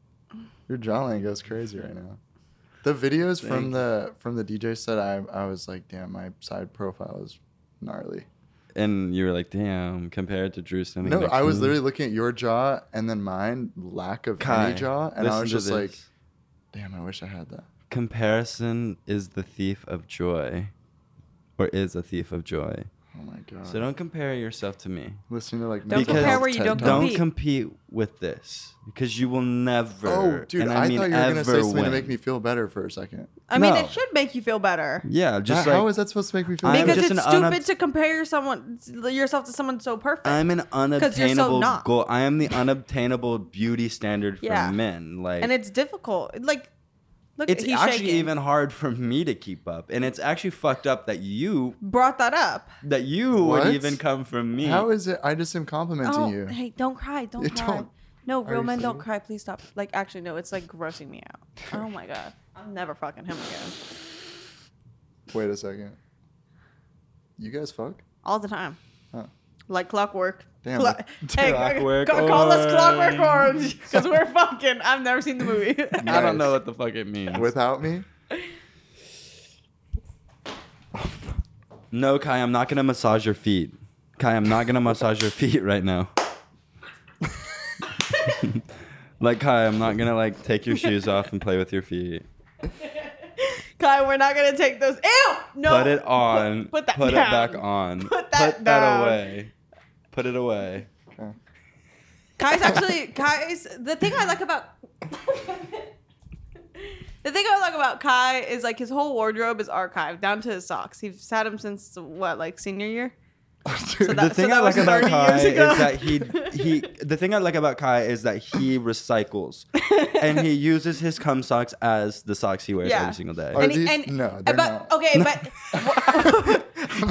Speaker 3: Your jawline goes crazy right now. The videos from the from the DJ set, I I was like, damn, my side profile is gnarly.
Speaker 1: And you were like, damn, compared to Drew Simmons.
Speaker 3: No, I was literally looking at your jaw and then mine, lack of
Speaker 1: Kai.
Speaker 3: any jaw, and
Speaker 1: listen
Speaker 3: I was
Speaker 1: to
Speaker 3: just
Speaker 1: this.
Speaker 3: like, damn, I wish I had that.
Speaker 1: comparison is the thief of joy, or is a thief of joy.
Speaker 3: Oh my god.
Speaker 1: So don't compare yourself to me.
Speaker 3: Listening to like
Speaker 2: Don't
Speaker 3: mental
Speaker 1: compare
Speaker 3: health
Speaker 2: where you
Speaker 3: TED
Speaker 2: don't
Speaker 3: Talks.
Speaker 1: Don't
Speaker 2: Compete.
Speaker 1: compete with this because you will never.
Speaker 3: Oh, dude,
Speaker 1: and
Speaker 3: I,
Speaker 1: I, mean
Speaker 3: thought you were gonna
Speaker 1: ever
Speaker 3: say something to
Speaker 1: win.
Speaker 3: make me feel better for a second.
Speaker 2: I mean,
Speaker 1: No.
Speaker 2: it should make you feel better.
Speaker 1: Yeah, just
Speaker 3: How-
Speaker 1: like
Speaker 3: how is that supposed to make me feel
Speaker 1: I'm
Speaker 3: better?
Speaker 2: Because
Speaker 1: just
Speaker 2: it's
Speaker 1: an
Speaker 2: stupid
Speaker 1: unob-
Speaker 2: to compare someone yourself to someone so perfect.
Speaker 1: I'm an
Speaker 2: you're so
Speaker 1: unobtainable
Speaker 2: not.
Speaker 1: goal. I am the unobtainable beauty standard for
Speaker 2: Yeah.
Speaker 1: men. Like,
Speaker 2: and it's difficult. Like, look,
Speaker 1: it's
Speaker 2: he's
Speaker 1: actually
Speaker 2: shaking.
Speaker 1: even hard for me to keep up, and it's actually fucked up that you
Speaker 2: brought that up.
Speaker 1: that you
Speaker 3: What?
Speaker 1: would even come from me.
Speaker 3: How is it? I just am complimenting
Speaker 2: Oh,
Speaker 3: you.
Speaker 2: hey, don't cry, don't
Speaker 3: You
Speaker 2: cry.
Speaker 3: don't-
Speaker 2: No, real
Speaker 3: you
Speaker 2: men don't
Speaker 3: serious?
Speaker 2: cry. Please stop. Like, actually, no, it's like grossing me out. Oh my god, I'm never fucking him again.
Speaker 3: Wait a second. You guys fuck?
Speaker 2: all the time.
Speaker 3: Huh.
Speaker 2: Like clockwork.
Speaker 3: Damn,
Speaker 2: Clo-
Speaker 3: like-
Speaker 2: hey,
Speaker 1: Clockwork
Speaker 2: ca- call us
Speaker 1: Orange.
Speaker 2: Clockwork Orange because we're fucking. I've never seen the movie.
Speaker 1: I don't
Speaker 3: Nice.
Speaker 1: know what the fuck it means.
Speaker 3: Without me?
Speaker 1: no, Kai, I'm not gonna massage your feet. Kai, I'm not gonna massage your feet right now. like Kai, I'm not gonna like take your shoes off and play with your feet.
Speaker 2: Kai, we're not gonna take those. Ew! No.
Speaker 1: Put it on.
Speaker 2: put that
Speaker 1: put
Speaker 2: down.
Speaker 1: it back on.
Speaker 2: Put that down.
Speaker 1: away. Put it away.
Speaker 3: Okay.
Speaker 2: Kai's actually Kai's the thing I like about the thing I like about Kai is like his whole wardrobe is archived down to his socks. He's had them since what like senior year.
Speaker 3: Dude,
Speaker 2: that-
Speaker 1: the thing
Speaker 2: so
Speaker 1: I
Speaker 2: that
Speaker 1: like
Speaker 2: was
Speaker 1: about
Speaker 2: 30
Speaker 1: Kai
Speaker 2: years
Speaker 1: is
Speaker 2: ago.
Speaker 1: that he he the thing I like about Kai is that he recycles and he uses his cum socks as the socks he wears
Speaker 2: Yeah.
Speaker 1: every single day.
Speaker 3: Are
Speaker 2: And,
Speaker 3: these-
Speaker 2: he, and
Speaker 3: no, they're
Speaker 2: but
Speaker 3: not.
Speaker 2: okay, but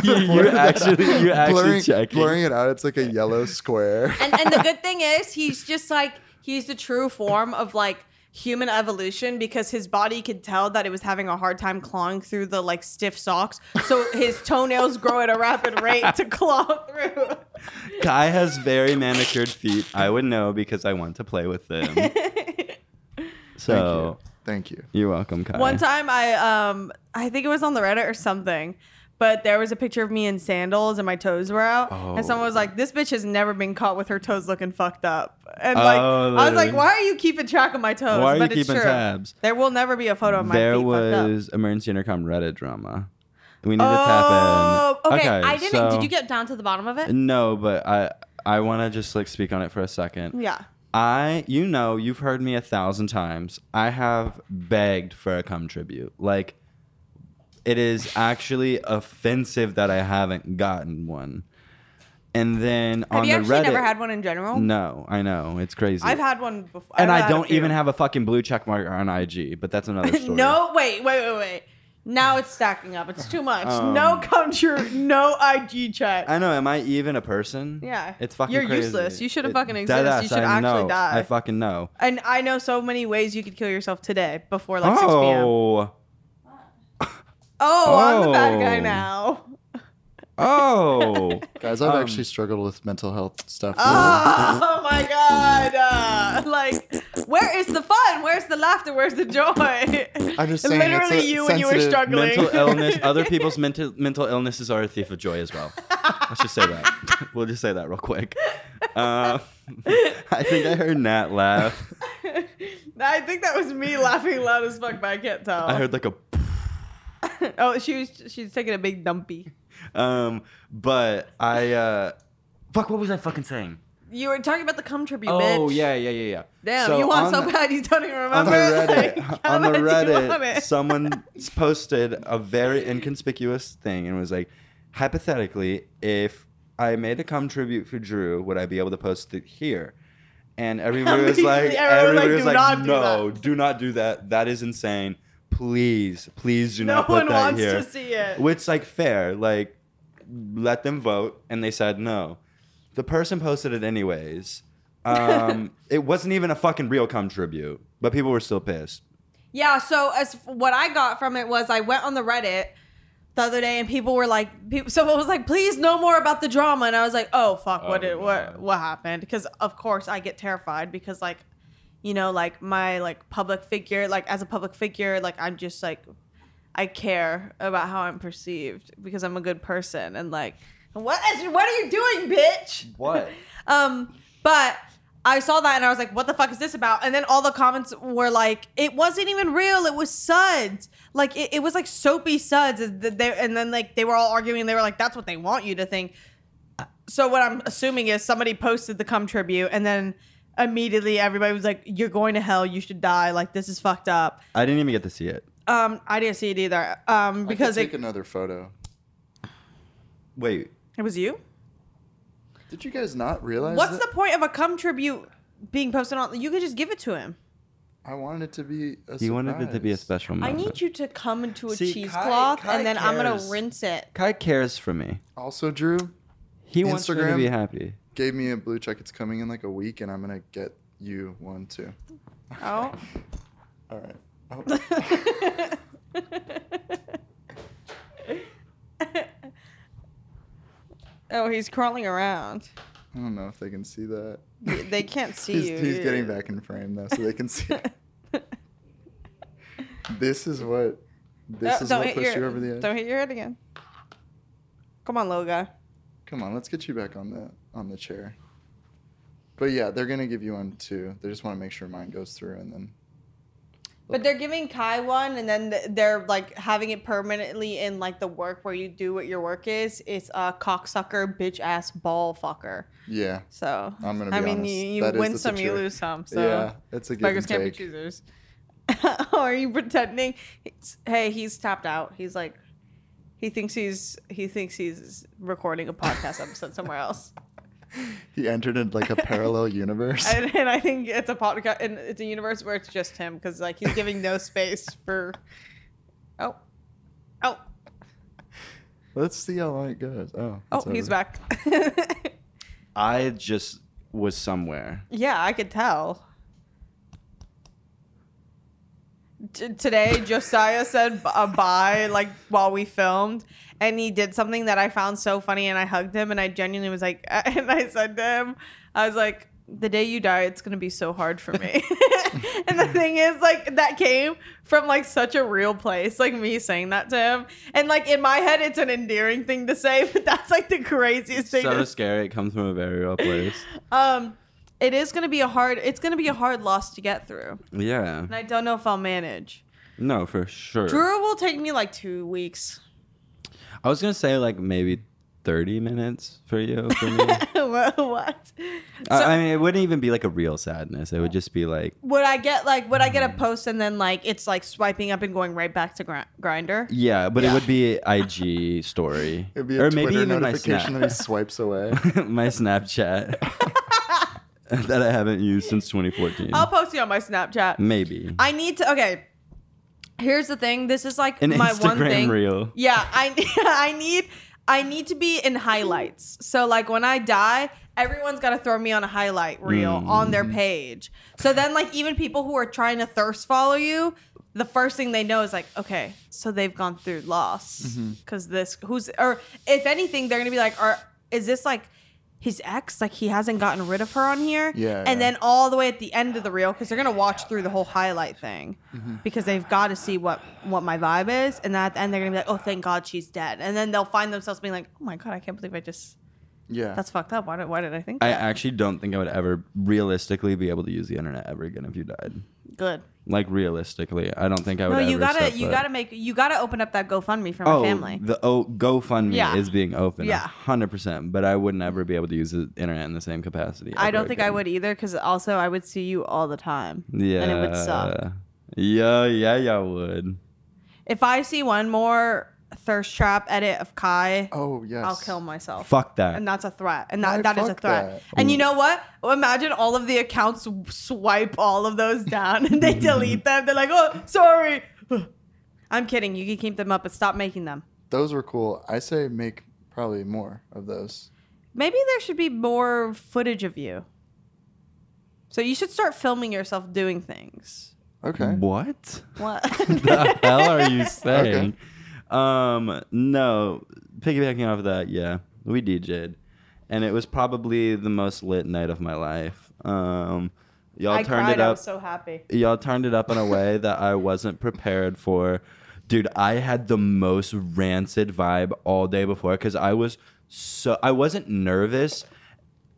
Speaker 1: you, you actually you actually
Speaker 3: blurring,
Speaker 1: checking.
Speaker 3: blurring it out, it's like a yellow square.
Speaker 2: and and the good thing is he's just like he's the true form of like human evolution because his body could tell that it was having a hard time clawing through the like stiff socks so his toenails grow at a rapid rate to claw through
Speaker 1: Kai has very manicured feet. I would know because I want to play with them. so
Speaker 3: Thank you.
Speaker 1: you. are welcome, Kai.
Speaker 2: One time I um I think it was on the Reddit or something, but there was a picture of me in sandals and my toes were out. And someone was like, This bitch has never been caught with her toes looking fucked up. And like
Speaker 1: Oh,
Speaker 2: I was like,
Speaker 1: literally.
Speaker 2: Why are you keeping track of my toes?
Speaker 1: Why are
Speaker 2: but
Speaker 1: you
Speaker 2: it's
Speaker 1: keeping
Speaker 2: true.
Speaker 1: tabs?
Speaker 2: There will never be a photo of my
Speaker 1: there
Speaker 2: feet fucked up.
Speaker 1: was emergency intercom Reddit drama. We need
Speaker 2: Oh,
Speaker 1: to tap in.
Speaker 2: okay. I didn't.
Speaker 1: so-
Speaker 2: Did you get down to the bottom of it?
Speaker 1: No, but I I want to just like speak on it for a second.
Speaker 2: Yeah.
Speaker 1: I, you know, you've heard me a thousand times. I have begged for a cum tribute. Like, it is actually offensive that I haven't gotten one. And then
Speaker 2: Have
Speaker 1: on
Speaker 2: you
Speaker 1: the
Speaker 2: actually
Speaker 1: Reddit,
Speaker 2: never had one in general?
Speaker 1: no, I know it's crazy.
Speaker 2: I've had one before.
Speaker 1: and
Speaker 2: I've
Speaker 1: I
Speaker 2: had a
Speaker 1: don't
Speaker 2: few.
Speaker 1: even have a fucking blue check mark on IG, but that's another story.
Speaker 2: No, wait, wait, wait, wait. Now it's stacking up. It's too much. no country, no IG check.
Speaker 1: Um, I know. Am I even a person?
Speaker 2: Yeah.
Speaker 1: it's fucking.
Speaker 2: You're
Speaker 1: crazy.
Speaker 2: useless. You shouldn't
Speaker 1: It-
Speaker 2: fucking
Speaker 1: dead
Speaker 2: exist. You
Speaker 1: ass,
Speaker 2: should
Speaker 1: I
Speaker 2: actually
Speaker 1: know.
Speaker 2: die.
Speaker 1: I fucking know.
Speaker 2: and I know so many ways you could kill yourself today before like 6 p.m.
Speaker 1: oh,
Speaker 2: Oh, I'm the bad guy
Speaker 1: Oh.
Speaker 2: now.
Speaker 1: oh.
Speaker 3: Guys, I've actually struggled with mental health stuff.
Speaker 1: Ah!
Speaker 2: Oh my god! Uh, like, where is the fun? Where's the laughter? Where's the joy?
Speaker 3: I'm just saying it's
Speaker 2: Literally,
Speaker 3: a
Speaker 2: you when you were
Speaker 3: sensitive
Speaker 2: struggling.
Speaker 1: mental illness other people's mental mental illnesses are a thief of joy as well let's just say that we'll just say that real quick uh, i think i heard nat laugh
Speaker 2: I think that was me laughing loud as fuck, but I can't tell.
Speaker 1: i heard like a
Speaker 2: oh, she was she's taking a big dumpy.
Speaker 1: um but i uh fuck what was i fucking saying
Speaker 2: You were talking about the cum tribute, bitch.
Speaker 1: oh yeah yeah yeah yeah
Speaker 2: Damn, you want
Speaker 1: on
Speaker 2: so
Speaker 1: the-
Speaker 2: bad you don't even remember.
Speaker 1: on the
Speaker 2: Like,
Speaker 1: Reddit,
Speaker 2: how
Speaker 1: on the
Speaker 2: bad do you want
Speaker 1: Reddit,
Speaker 2: it?
Speaker 1: someone posted a very inconspicuous thing and was like, hypothetically, if I made a cum tribute for Drew, would I be able to post it here? And everybody was like,
Speaker 2: Everyone was like,
Speaker 1: everybody was
Speaker 2: "Do not
Speaker 1: like,
Speaker 2: do
Speaker 1: no, do not do that. That is insane. Please, please do
Speaker 2: No
Speaker 1: not put
Speaker 2: one
Speaker 1: that
Speaker 2: wants
Speaker 1: here.
Speaker 2: to see it.
Speaker 1: Which like fair, like let them vote, and they said no. The person posted it anyways. Um, it wasn't even a fucking real cum tribute, but people were still pissed.
Speaker 2: Yeah. So as what I got from it was, I went on the Reddit the other day, and people were like, people, someone was like, "Please, no more about the drama." And I was like, "Oh fuck, what
Speaker 1: Oh,
Speaker 2: did what what happened?" Because of course I get terrified because like, you know, like my like public figure, like as a public figure, like I'm just like, I care about how I'm perceived because I'm a good person, and like, what is what are you doing, bitch?
Speaker 1: What?
Speaker 2: Um, but I saw that and I was like, what the fuck is this about? And then all the comments were like, it wasn't even real. It was suds. Like it, it was like soapy suds. And th- they- and then like they were all arguing. They were like, that's what they want you to think. So what I'm assuming is somebody posted the cum tribute and then immediately everybody was like, you're going to hell. You should die. Like this is fucked up.
Speaker 1: I didn't even get to see it.
Speaker 2: Um, I didn't see it either. Um, because
Speaker 3: because take
Speaker 2: it,
Speaker 3: another photo.
Speaker 1: Wait,
Speaker 2: it was you.
Speaker 3: Did you guys not realize?
Speaker 2: What's
Speaker 3: that?
Speaker 2: the point of a cum tribute being posted on? You could just give it to him.
Speaker 3: I wanted it to be. A
Speaker 1: you wanted it to be a
Speaker 3: surprise.
Speaker 1: special
Speaker 2: I
Speaker 1: moment.
Speaker 2: need you to come into a
Speaker 1: See, Kai-
Speaker 2: cheesecloth
Speaker 1: Kai
Speaker 2: and then I'm gonna
Speaker 1: cares.
Speaker 2: rinse it.
Speaker 1: Kai cares for me.
Speaker 3: Also, Drew
Speaker 1: He wants me to
Speaker 3: Instagram?
Speaker 1: be happy.
Speaker 3: gave me a blue check. It's coming in like a week, and I'm gonna get you one too.
Speaker 2: Oh,
Speaker 3: All right. Oh,
Speaker 2: oh, he's crawling around.
Speaker 3: I don't know if they can see that.
Speaker 2: They can't see
Speaker 3: He's,
Speaker 2: you.
Speaker 3: he's getting back in frame though, so they can see. it. this is what.
Speaker 2: Oh,
Speaker 3: This
Speaker 2: Don't-
Speaker 3: is
Speaker 2: don't
Speaker 3: what
Speaker 2: hit
Speaker 3: pushed
Speaker 2: your-
Speaker 3: you over the edge.
Speaker 2: Don't hit your head again. Come on, little guy.
Speaker 3: Come on, let's get you back on the on the chair. But yeah, they're gonna give you one too. They just want to make sure mine goes through, and then
Speaker 2: But they're giving Kai one, and then th- they're like having it permanently in like the work where you do what your work is. It's a cocksucker, bitch ass, ball fucker.
Speaker 3: Yeah.
Speaker 2: So
Speaker 3: I'm gonna
Speaker 2: I
Speaker 3: be
Speaker 2: mean,
Speaker 3: honest.
Speaker 2: you, you
Speaker 3: That is
Speaker 2: win
Speaker 3: the
Speaker 2: some, you
Speaker 3: truth.
Speaker 2: lose some. So
Speaker 3: yeah, it's a give
Speaker 2: beggars
Speaker 3: and
Speaker 2: can't be
Speaker 3: take.
Speaker 2: choosers. or are you pretending? It's, hey, he's tapped out. He's like, he thinks he's he thinks he's recording a podcast episode somewhere else,
Speaker 3: He entered in like a parallel universe.
Speaker 2: and, and I think it's a podcast and it's a universe where it's just him because like he's giving no space for. Oh, oh,
Speaker 3: Let's see how long it goes. Oh,
Speaker 2: oh,
Speaker 3: it's
Speaker 2: he's
Speaker 3: over.
Speaker 2: back.
Speaker 1: I just was somewhere.
Speaker 2: yeah, I could tell. T- today Josiah said b- uh, bye like while we filmed and he did something that I found so funny and I hugged him and I genuinely was like and I said to him I was like the day you die it's going to be so hard for me. and the thing is like that came from like such a real place like me saying that to him and like in my head it's an endearing thing to say but that's like the craziest thing
Speaker 1: So
Speaker 2: to
Speaker 1: scary. It comes from a very real place.
Speaker 2: um it is going to be a hard it's going to be a hard loss to get through.
Speaker 1: Yeah.
Speaker 2: And I don't know if I'll manage.
Speaker 1: No, for sure.
Speaker 2: Drew will take me like two weeks.
Speaker 1: I was gonna say like maybe thirty minutes for you. For me, I,
Speaker 2: what?
Speaker 1: I mean, it wouldn't even be like a real sadness. It would just be like,
Speaker 2: Would I get like would I get a
Speaker 1: Mm.
Speaker 2: post and then like it's like swiping up and going right back to gr- grinder?
Speaker 1: yeah, but it would be IG story,
Speaker 3: It'd be a
Speaker 1: or
Speaker 3: Twitter
Speaker 1: maybe even my
Speaker 3: notification that
Speaker 1: snap,
Speaker 3: he swipes away.
Speaker 1: my Snapchat that I haven't used since 2014.
Speaker 2: I'll post you on my Snapchat.
Speaker 1: maybe
Speaker 2: I need to okay. Here's the thing. This is like
Speaker 1: an
Speaker 2: my
Speaker 1: Instagram
Speaker 2: one thing.
Speaker 1: reel.
Speaker 2: Yeah, I I need I need to be in highlights. So like when I die, everyone's got to throw me on a highlight reel on their page. So then like even people who are trying to thirst follow you, the first thing they know is like, okay, so they've gone through loss cuz this who's or if anything they're going to be like, are is this like his ex, like he hasn't gotten rid of her on here,
Speaker 3: Yeah,
Speaker 2: and
Speaker 3: yeah.
Speaker 2: then all the way at the end of the reel because they're gonna watch through the whole highlight thing
Speaker 3: Mm-hmm.
Speaker 2: because they've got to see what what my vibe is, and then at the end they're gonna be like, oh, thank God she's dead, and then they'll find themselves being like, oh my God, I can't believe I just
Speaker 3: Yeah.
Speaker 2: that's fucked up. Why did why did I think
Speaker 1: I
Speaker 2: that?
Speaker 1: actually don't think I would ever realistically be able to use the internet ever again if you died.
Speaker 2: Good.
Speaker 1: Like realistically, I don't think I would.
Speaker 2: No,
Speaker 1: ever
Speaker 2: you gotta
Speaker 1: step
Speaker 2: you
Speaker 1: foot.
Speaker 2: gotta make you gotta open up that GoFundMe for my
Speaker 1: Oh,
Speaker 2: family.
Speaker 1: the oh, GoFundMe
Speaker 2: Yeah.
Speaker 1: is being open.
Speaker 2: Yeah.
Speaker 1: hundred percent. But I would never be able to use the internet in the same capacity.
Speaker 2: I
Speaker 1: ever
Speaker 2: don't think I
Speaker 1: again.
Speaker 2: would either because also I would see you all the time.
Speaker 1: Yeah,
Speaker 2: and it would suck.
Speaker 1: Yeah, yeah, yeah, I would.
Speaker 2: If I see one more thirst trap edit of Kai,
Speaker 3: oh yes.
Speaker 2: I'll kill myself.
Speaker 1: Fuck that.
Speaker 2: and that's a threat and
Speaker 3: Why
Speaker 2: that, that is a
Speaker 3: fuck
Speaker 2: threat
Speaker 3: that?
Speaker 2: and you know what imagine all of the accounts swipe all of those down and they delete them they're like oh sorry i'm kidding you can keep them up but stop making them
Speaker 3: Those were cool. I say make probably more of those.
Speaker 2: maybe there should be more footage of you so you should start filming yourself doing things
Speaker 3: Okay.
Speaker 1: What
Speaker 2: what
Speaker 1: the hell are you saying? Um, no, piggybacking off of that, yeah, we DJ'd, and it was probably the most lit night of my life. Um, y'all
Speaker 2: i
Speaker 1: turned
Speaker 2: cried
Speaker 1: it up.
Speaker 2: i was so happy
Speaker 1: y'all turned it up in a way that I wasn't prepared for. Dude, I had the most rancid vibe all day before because I was so I wasn't nervous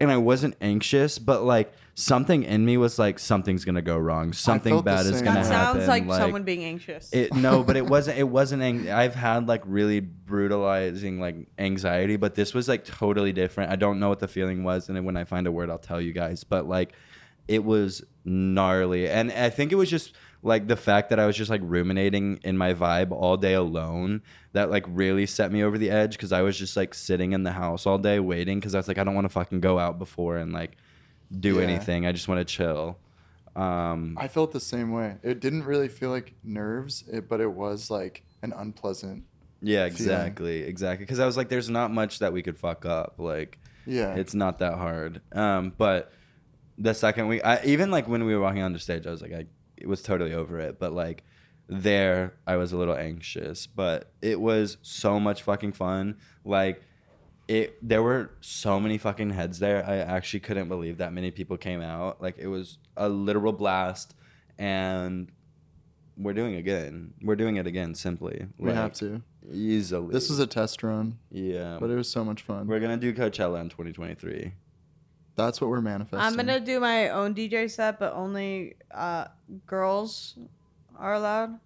Speaker 1: and I wasn't anxious, but like something in me was like something's gonna go wrong, something
Speaker 3: felt the
Speaker 1: bad is
Speaker 3: same.
Speaker 1: gonna
Speaker 2: that
Speaker 3: It
Speaker 1: happen.
Speaker 2: sounds like, someone being anxious
Speaker 1: It no, but it wasn't. It wasn't. Ang- I've had like really brutalizing like anxiety, but this was like totally different. I don't know what the feeling was, and then when I find a word, I'll tell you guys. But like, it was gnarly, and I think it was just like the fact that I was just like ruminating in my vibe all day alone that like really set me over the edge because I was just like sitting in the house all day waiting because I was like I don't want to fucking go out before and like do
Speaker 3: Yeah.
Speaker 1: anything. I just want to chill. Um,
Speaker 3: I felt the same way. It didn't really feel like nerves, it, but it was like an unpleasant.
Speaker 1: Yeah, exactly, exactly. Because I was like, there's not much that we could fuck up. Like,
Speaker 3: Yeah.
Speaker 1: it's not that hard. Um, but the second we, I, even like when we were walking onto stage, I was like, I it was totally over it. But like there, I was a little anxious. But it was so much fucking fun. Like it, there were so many fucking heads there. I actually couldn't believe that many people came out. Like it was a literal blast, and. We're doing it again. We're doing it again. Simply,
Speaker 3: we have
Speaker 1: Like,
Speaker 3: to.
Speaker 1: Easily.
Speaker 3: This was a test run,
Speaker 1: yeah.
Speaker 3: but it was so much fun.
Speaker 1: We're gonna do Coachella in 2023.
Speaker 3: That's what we're manifesting.
Speaker 2: I'm gonna do my own DJ set, but only uh, girls are allowed?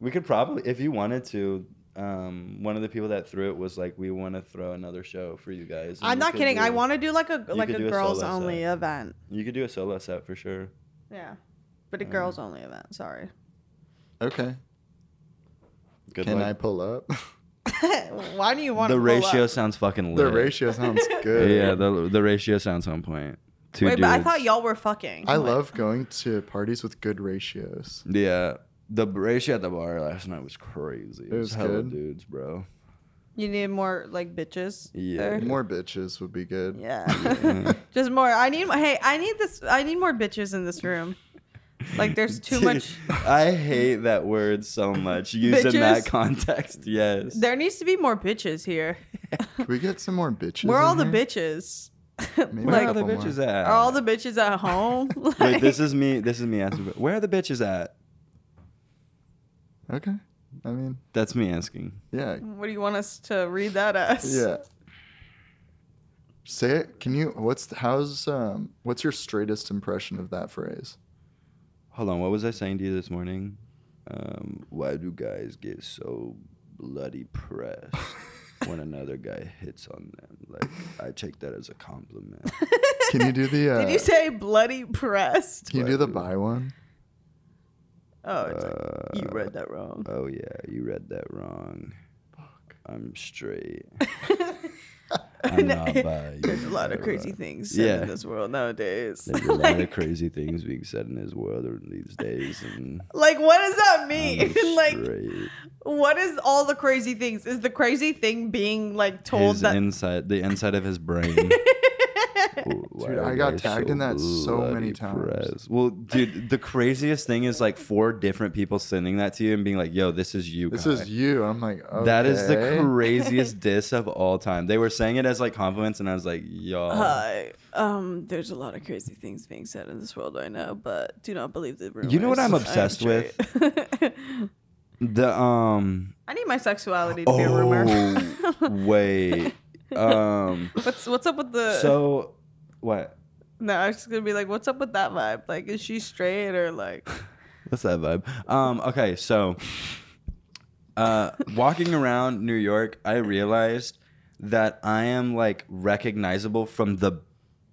Speaker 1: We could probably, if you wanted to, um, one of the people that threw it was like, "We want to throw another show for you guys." and
Speaker 2: I'm
Speaker 1: we
Speaker 2: not
Speaker 1: could
Speaker 2: kidding.
Speaker 1: do-
Speaker 2: I want to do like a like
Speaker 1: could
Speaker 2: a
Speaker 1: do a
Speaker 2: girls
Speaker 1: solo
Speaker 2: only
Speaker 1: set.
Speaker 2: event.
Speaker 1: You could do a solo set for sure.
Speaker 2: Yeah, but a girls only event. Sorry.
Speaker 3: Okay.
Speaker 1: Good
Speaker 3: Can I
Speaker 1: luck.
Speaker 3: pull up?
Speaker 2: Why do you want
Speaker 1: the ratio sounds fucking
Speaker 3: the
Speaker 1: lit.
Speaker 3: ratio sounds good.
Speaker 1: Yeah, the the ratio sounds on point. Two
Speaker 2: Wait, but I
Speaker 1: dudes.
Speaker 2: thought y'all were fucking.
Speaker 3: I love going to parties with good ratios.
Speaker 1: Yeah, the ratio at the bar last night was crazy. It was,
Speaker 3: was
Speaker 1: hella
Speaker 3: good.
Speaker 1: dudes, bro.
Speaker 2: You need more like bitches.
Speaker 1: Yeah.
Speaker 2: there?
Speaker 3: More bitches would be good.
Speaker 2: Yeah. Just more. I need. Hey, I need this. I need more bitches in this room. Like, there's too much.
Speaker 1: I hate that word so much. Used in that
Speaker 2: Bitches?
Speaker 1: context, yes.
Speaker 2: There needs to be more bitches here.
Speaker 3: Can we get some more bitches?
Speaker 2: Where are all
Speaker 3: in
Speaker 2: the
Speaker 3: here?
Speaker 2: bitches?
Speaker 3: Maybe a
Speaker 1: Where are the
Speaker 3: couple more.
Speaker 1: bitches at?
Speaker 2: Are all the bitches at home? Like,
Speaker 1: Wait, this is me. This is me asking. Where are the bitches at?
Speaker 3: Okay. I mean,
Speaker 1: That's me asking.
Speaker 3: yeah.
Speaker 2: what do you want us to read that as?
Speaker 3: Yeah. Say it. Can you? What's the- how's um? What's your straightest impression of that phrase?
Speaker 1: Hold on. What was I saying to you this morning? Um, why do guys get so bloody pressed when another guy hits on them? Like, I take that as a compliment.
Speaker 3: Can you do the? Uh,
Speaker 2: Did you say bloody pressed?
Speaker 3: can you do the buy one?
Speaker 2: Oh, it's like, you read that wrong.
Speaker 1: Oh yeah, you read that wrong. I'm straight. I'm not bi. You
Speaker 2: There's a
Speaker 1: read
Speaker 2: lot of
Speaker 1: that
Speaker 2: crazy
Speaker 1: wrong.
Speaker 2: things said
Speaker 1: Yeah.
Speaker 2: in this world nowadays.
Speaker 1: There's a lot of
Speaker 2: like,
Speaker 1: crazy things being said in this world these days, and
Speaker 2: like, what does that
Speaker 1: I'm
Speaker 2: mean? like,
Speaker 1: straight.
Speaker 2: what is all the crazy things? Is the crazy thing being like told
Speaker 1: his
Speaker 2: that
Speaker 1: inside, the inside of his brain. Why
Speaker 3: Dude,
Speaker 1: are
Speaker 3: I got
Speaker 1: guys
Speaker 3: tagged in that so
Speaker 1: bloody
Speaker 3: many times.
Speaker 1: pressed? Well, dude, the craziest thing is like four different people sending that to you and being like, "Yo, this is you."
Speaker 3: This
Speaker 1: guy."
Speaker 3: is you. I'm like. Okay.
Speaker 1: That is the craziest diss of all time. They were saying it as like compliments, and I was like, "Y'all."
Speaker 2: Uh, um, there's a lot of crazy things being said in this world right now, but do not believe the rumors.
Speaker 1: You know what I'm
Speaker 2: I am
Speaker 1: obsessed with?
Speaker 2: straight.
Speaker 1: The um
Speaker 2: I need my sexuality to be a rumor.
Speaker 1: oh wait um
Speaker 2: What's what's up with the?
Speaker 1: so what
Speaker 2: no, I was just gonna be like, what's up with that vibe? Like, is she straight or like?
Speaker 1: what's that vibe um okay so uh walking around New York I realized that I am like recognizable from the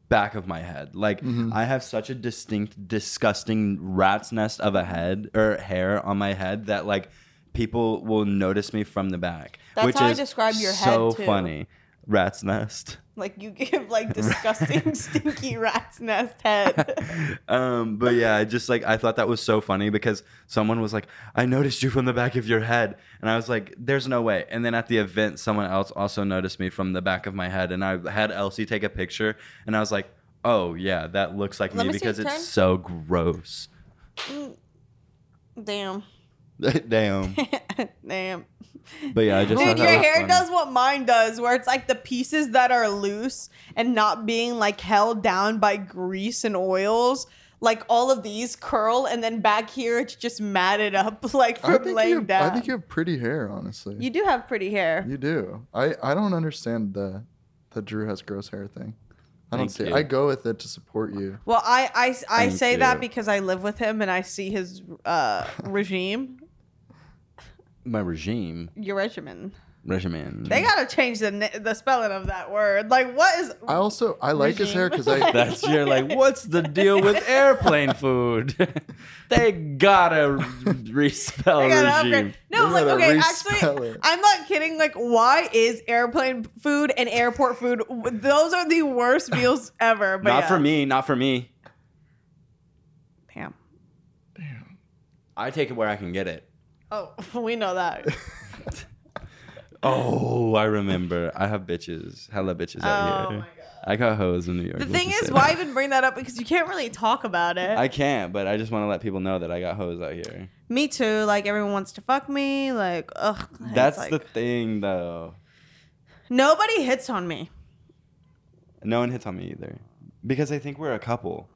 Speaker 1: back of my head like I have such a distinct disgusting rat's nest of a head or hair on my head that like people will notice me from the back
Speaker 2: That's
Speaker 1: which
Speaker 2: how I
Speaker 1: is
Speaker 2: describe your head,
Speaker 1: so
Speaker 2: too.
Speaker 1: funny rat's nest
Speaker 2: Like you give like disgusting, stinky rat's nest head.
Speaker 1: um, but yeah, I just like I thought that was so funny because someone was like, "I noticed you from the back of your head," and I was like, "There's no way." And then at the event, someone else also noticed me from the back of my head, and I had Elsie take a picture, and I was like, "Oh yeah, that looks like
Speaker 2: Let
Speaker 1: me,
Speaker 2: me see,
Speaker 1: because it's
Speaker 2: turn.
Speaker 1: so gross."
Speaker 2: Damn,
Speaker 1: Damn.
Speaker 2: damn.
Speaker 1: But yeah, I just thought
Speaker 2: Dude,
Speaker 1: that
Speaker 2: your
Speaker 1: was
Speaker 2: hair
Speaker 1: funny.
Speaker 2: does what mine does, where it's like the pieces that are loose and not being like held down by grease and oils. Like all of these curl, and then back here it's just matted up, like
Speaker 3: I
Speaker 2: from
Speaker 3: think, you
Speaker 2: laying
Speaker 3: have,
Speaker 2: down.
Speaker 3: I think you have pretty hair, honestly.
Speaker 2: You do have pretty hair.
Speaker 3: You do. I, I don't understand the the Drew has gross hair thing. I don't
Speaker 1: Thank
Speaker 3: see. it.
Speaker 1: you.
Speaker 3: I go with it to support you.
Speaker 2: Well, I I, I
Speaker 1: Thank
Speaker 2: say that
Speaker 1: you.
Speaker 2: because I live with him and I see his uh, regime,
Speaker 1: my regime
Speaker 2: your regimen.
Speaker 1: regimen.
Speaker 3: Mm.
Speaker 2: They gotta change the na- the spelling of that word. Like, what is?
Speaker 3: I also I like his hair because I
Speaker 1: That's your like, what's the deal with airplane food? they gotta respell
Speaker 2: I gotta
Speaker 1: regime.
Speaker 2: upgrade. No,
Speaker 3: We
Speaker 2: like
Speaker 3: gotta
Speaker 2: okay,
Speaker 3: respell
Speaker 2: actually,
Speaker 3: it.
Speaker 2: I'm not kidding. Like, why is airplane food and airport food? Those are the worst meals ever. But
Speaker 1: not
Speaker 2: yeah.
Speaker 1: for me, not for me.
Speaker 2: Damn.
Speaker 1: I take it where I can get it.
Speaker 2: Oh, we know that.
Speaker 1: Oh, I remember. I have bitches. Hella bitches out
Speaker 2: Oh
Speaker 1: here.
Speaker 2: my
Speaker 1: I got hoes in New York.
Speaker 2: The
Speaker 1: let's
Speaker 2: thing
Speaker 1: just
Speaker 2: is,
Speaker 1: say
Speaker 2: why
Speaker 1: that.
Speaker 2: even bring that up? Because you can't really talk about it.
Speaker 1: I can't, but I just want to let people know that I got hoes out here.
Speaker 2: me too. Like everyone wants to fuck me. Like, ugh. It's
Speaker 1: That's
Speaker 2: like,
Speaker 1: the thing, though.
Speaker 2: nobody hits on me.
Speaker 1: No one hits on me either, because I think we're a couple.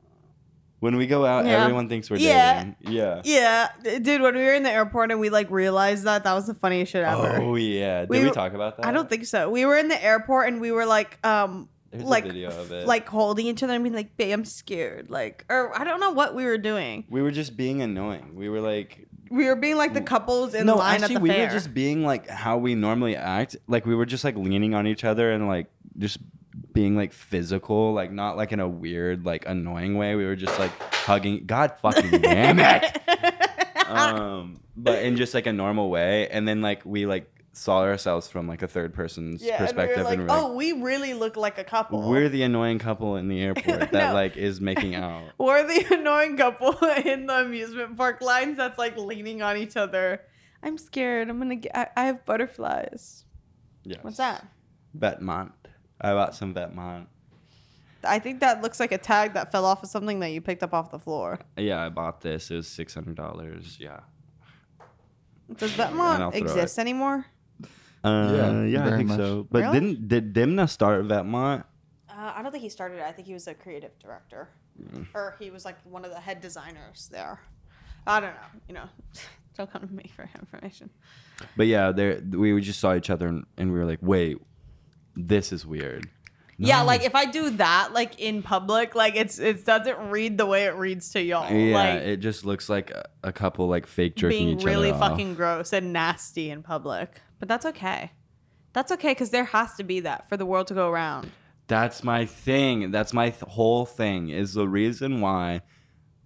Speaker 1: When we go out,
Speaker 2: Yeah.
Speaker 1: everyone thinks we're
Speaker 2: Yeah.
Speaker 1: dating. Yeah.
Speaker 2: Yeah, d- dude. When we were in the airport and we like realized that, that was the funniest shit ever.
Speaker 1: Oh yeah. Did
Speaker 2: We
Speaker 1: we,
Speaker 2: were-
Speaker 1: talk about that?
Speaker 2: I don't think so. We were in the airport and we were like um
Speaker 1: There's
Speaker 2: like
Speaker 1: a video of it.
Speaker 2: like holding each other and being like, "Babe, I'm scared." Like, or I don't know what we were doing.
Speaker 1: we were just being annoying. We were like
Speaker 2: We were being like the couples in line
Speaker 1: actually,
Speaker 2: at the
Speaker 1: we
Speaker 2: fair.
Speaker 1: were just being like how we normally act. Like we were just like leaning on each other and like just being like physical, like not like in a weird, like annoying way. We were just like hugging. God fucking damn it. um, but in just like a normal way, and then like we like saw ourselves from like a third person's
Speaker 2: yeah,
Speaker 1: perspective,
Speaker 2: and we were like,
Speaker 1: and
Speaker 2: "Oh, we really look like a couple."
Speaker 1: we're the annoying couple in the airport that
Speaker 2: No.
Speaker 1: like is making out.
Speaker 2: Or the annoying couple in the amusement park lines that's like leaning on each other. I'm scared. I'm gonna get. I, I have butterflies.
Speaker 1: Yes.
Speaker 2: What's that?
Speaker 1: Vetmont. I bought some Vetmont.
Speaker 2: I think that looks like a tag that fell off of something that you picked up off the floor.
Speaker 1: Yeah, I bought this. It was six hundred dollars. Yeah.
Speaker 2: Does
Speaker 1: And I'll
Speaker 2: Vetmont
Speaker 1: throw
Speaker 2: exist anymore?
Speaker 1: Uh, yeah,
Speaker 3: Yeah,
Speaker 1: I
Speaker 3: very
Speaker 1: think
Speaker 3: much.
Speaker 1: so. But
Speaker 2: Really?
Speaker 1: didn't did Dimna start Vetmont?
Speaker 2: Uh, I don't think he started it. I think he was a creative director,
Speaker 1: Mm.
Speaker 2: or he was like one of the head designers there. I don't know. You know, don't come to me for information.
Speaker 1: But yeah, there we just saw each other and, and we were like, wait, this is weird.
Speaker 2: Yeah, like if I do that, like in public, like it's it doesn't read the way it reads to y'all.
Speaker 1: Yeah,
Speaker 2: like,
Speaker 1: it just looks like a, a couple like fake jerking
Speaker 2: being
Speaker 1: each
Speaker 2: really
Speaker 1: other
Speaker 2: fucking
Speaker 1: off.
Speaker 2: gross and nasty in public. But that's okay. That's okay because there has to be that for the world to go around.
Speaker 1: That's my thing. That's my th- whole thing. Is the reason why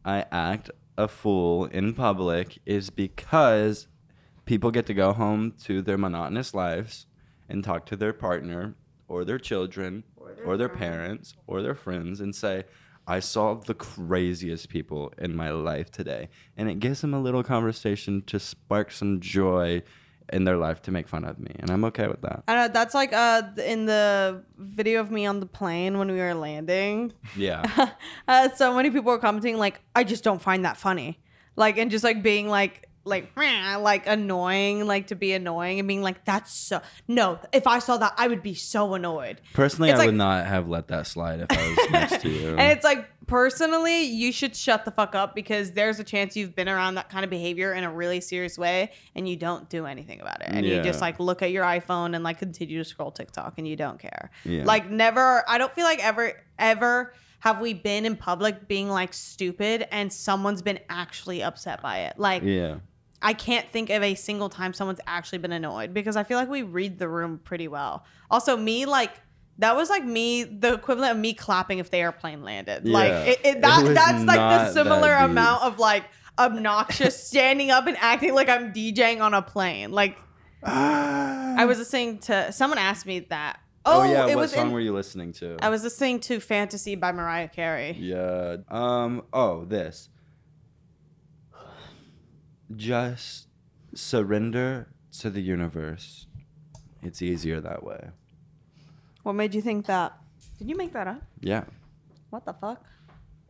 Speaker 1: I act a fool in public is because people get to go home to their monotonous lives and talk to their partner or their children or their, parents or their friends and say, I saw the craziest people in my life today. And it gives them a little conversation to spark some joy in their life to make fun of me. And I'm okay with that.
Speaker 2: I know that's like uh in the video of me on the plane when we were landing.
Speaker 1: Yeah.
Speaker 2: Uh, so many people were commenting like, I just don't find that funny, like and just like being like like "Meh," like annoying, like to be annoying and being like, that's so no. If I saw that, I would be so annoyed.
Speaker 1: Personally,
Speaker 2: It's
Speaker 1: I
Speaker 2: like-
Speaker 1: would not have let that slide if I was next to you.
Speaker 2: And it's like, personally, you should shut the fuck up because there's a chance you've been around that kind of behavior in a really serious way and you don't do anything about it. And you
Speaker 1: Yeah.
Speaker 2: just like look at your iPhone and like continue to scroll TikTok and you don't care.
Speaker 1: Yeah.
Speaker 2: Like, never, I don't feel like ever, ever have we been in public being like stupid and someone's been actually upset by it. Like,
Speaker 1: yeah,
Speaker 2: I can't think of a single time someone's actually been annoyed because I feel like we read the room pretty well. Also, me like that was like me the equivalent of me clapping if the airplane landed. Like
Speaker 1: Yeah.
Speaker 2: it,
Speaker 1: It
Speaker 2: it, that
Speaker 1: was
Speaker 2: that's like
Speaker 1: not
Speaker 2: the
Speaker 1: that
Speaker 2: similar
Speaker 1: deep.
Speaker 2: amount of like obnoxious standing up and acting like I'm DJing on a plane. Like I was listening to someone asked me that. Oh,
Speaker 1: Oh, yeah,
Speaker 2: it
Speaker 1: what
Speaker 2: was
Speaker 1: song
Speaker 2: in-
Speaker 1: were you listening to?
Speaker 2: I was listening to Fantasy by Mariah Carey.
Speaker 1: Yeah. Um. Oh, this. Just surrender to the universe. It's easier that way.
Speaker 2: What made you think that? Did you make that up?
Speaker 1: Yeah.
Speaker 2: What the fuck?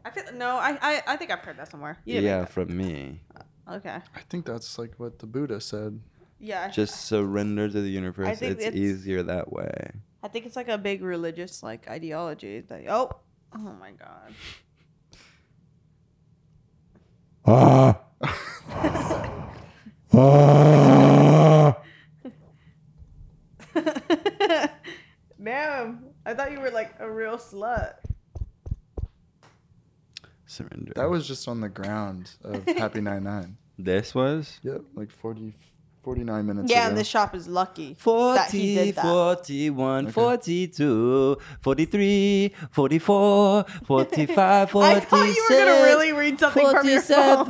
Speaker 2: I feel no. I I, I think I've heard that somewhere. You didn't
Speaker 1: yeah,
Speaker 2: make
Speaker 1: from me.
Speaker 2: that. Okay.
Speaker 3: I think that's like what the Buddha said.
Speaker 2: Yeah.
Speaker 1: Just surrender to the universe.
Speaker 2: think
Speaker 1: It's,
Speaker 2: it's-
Speaker 1: easier that way.
Speaker 2: I think it's like a big religious like ideology. That oh oh my god.
Speaker 3: Ah. ah.
Speaker 2: Ma'am, I thought you were like a real slut.
Speaker 1: Surrender.
Speaker 3: That was just on the ground of Happy 99.
Speaker 1: This was.
Speaker 3: Yep, like 40, 49 minutes
Speaker 2: Yeah,
Speaker 3: ago.
Speaker 2: and this shop is lucky
Speaker 1: 40,
Speaker 2: that he did that.
Speaker 1: 41, 42, 43, 44, 45,
Speaker 2: I thought you were gonna
Speaker 1: 46,
Speaker 2: really read something from your phone.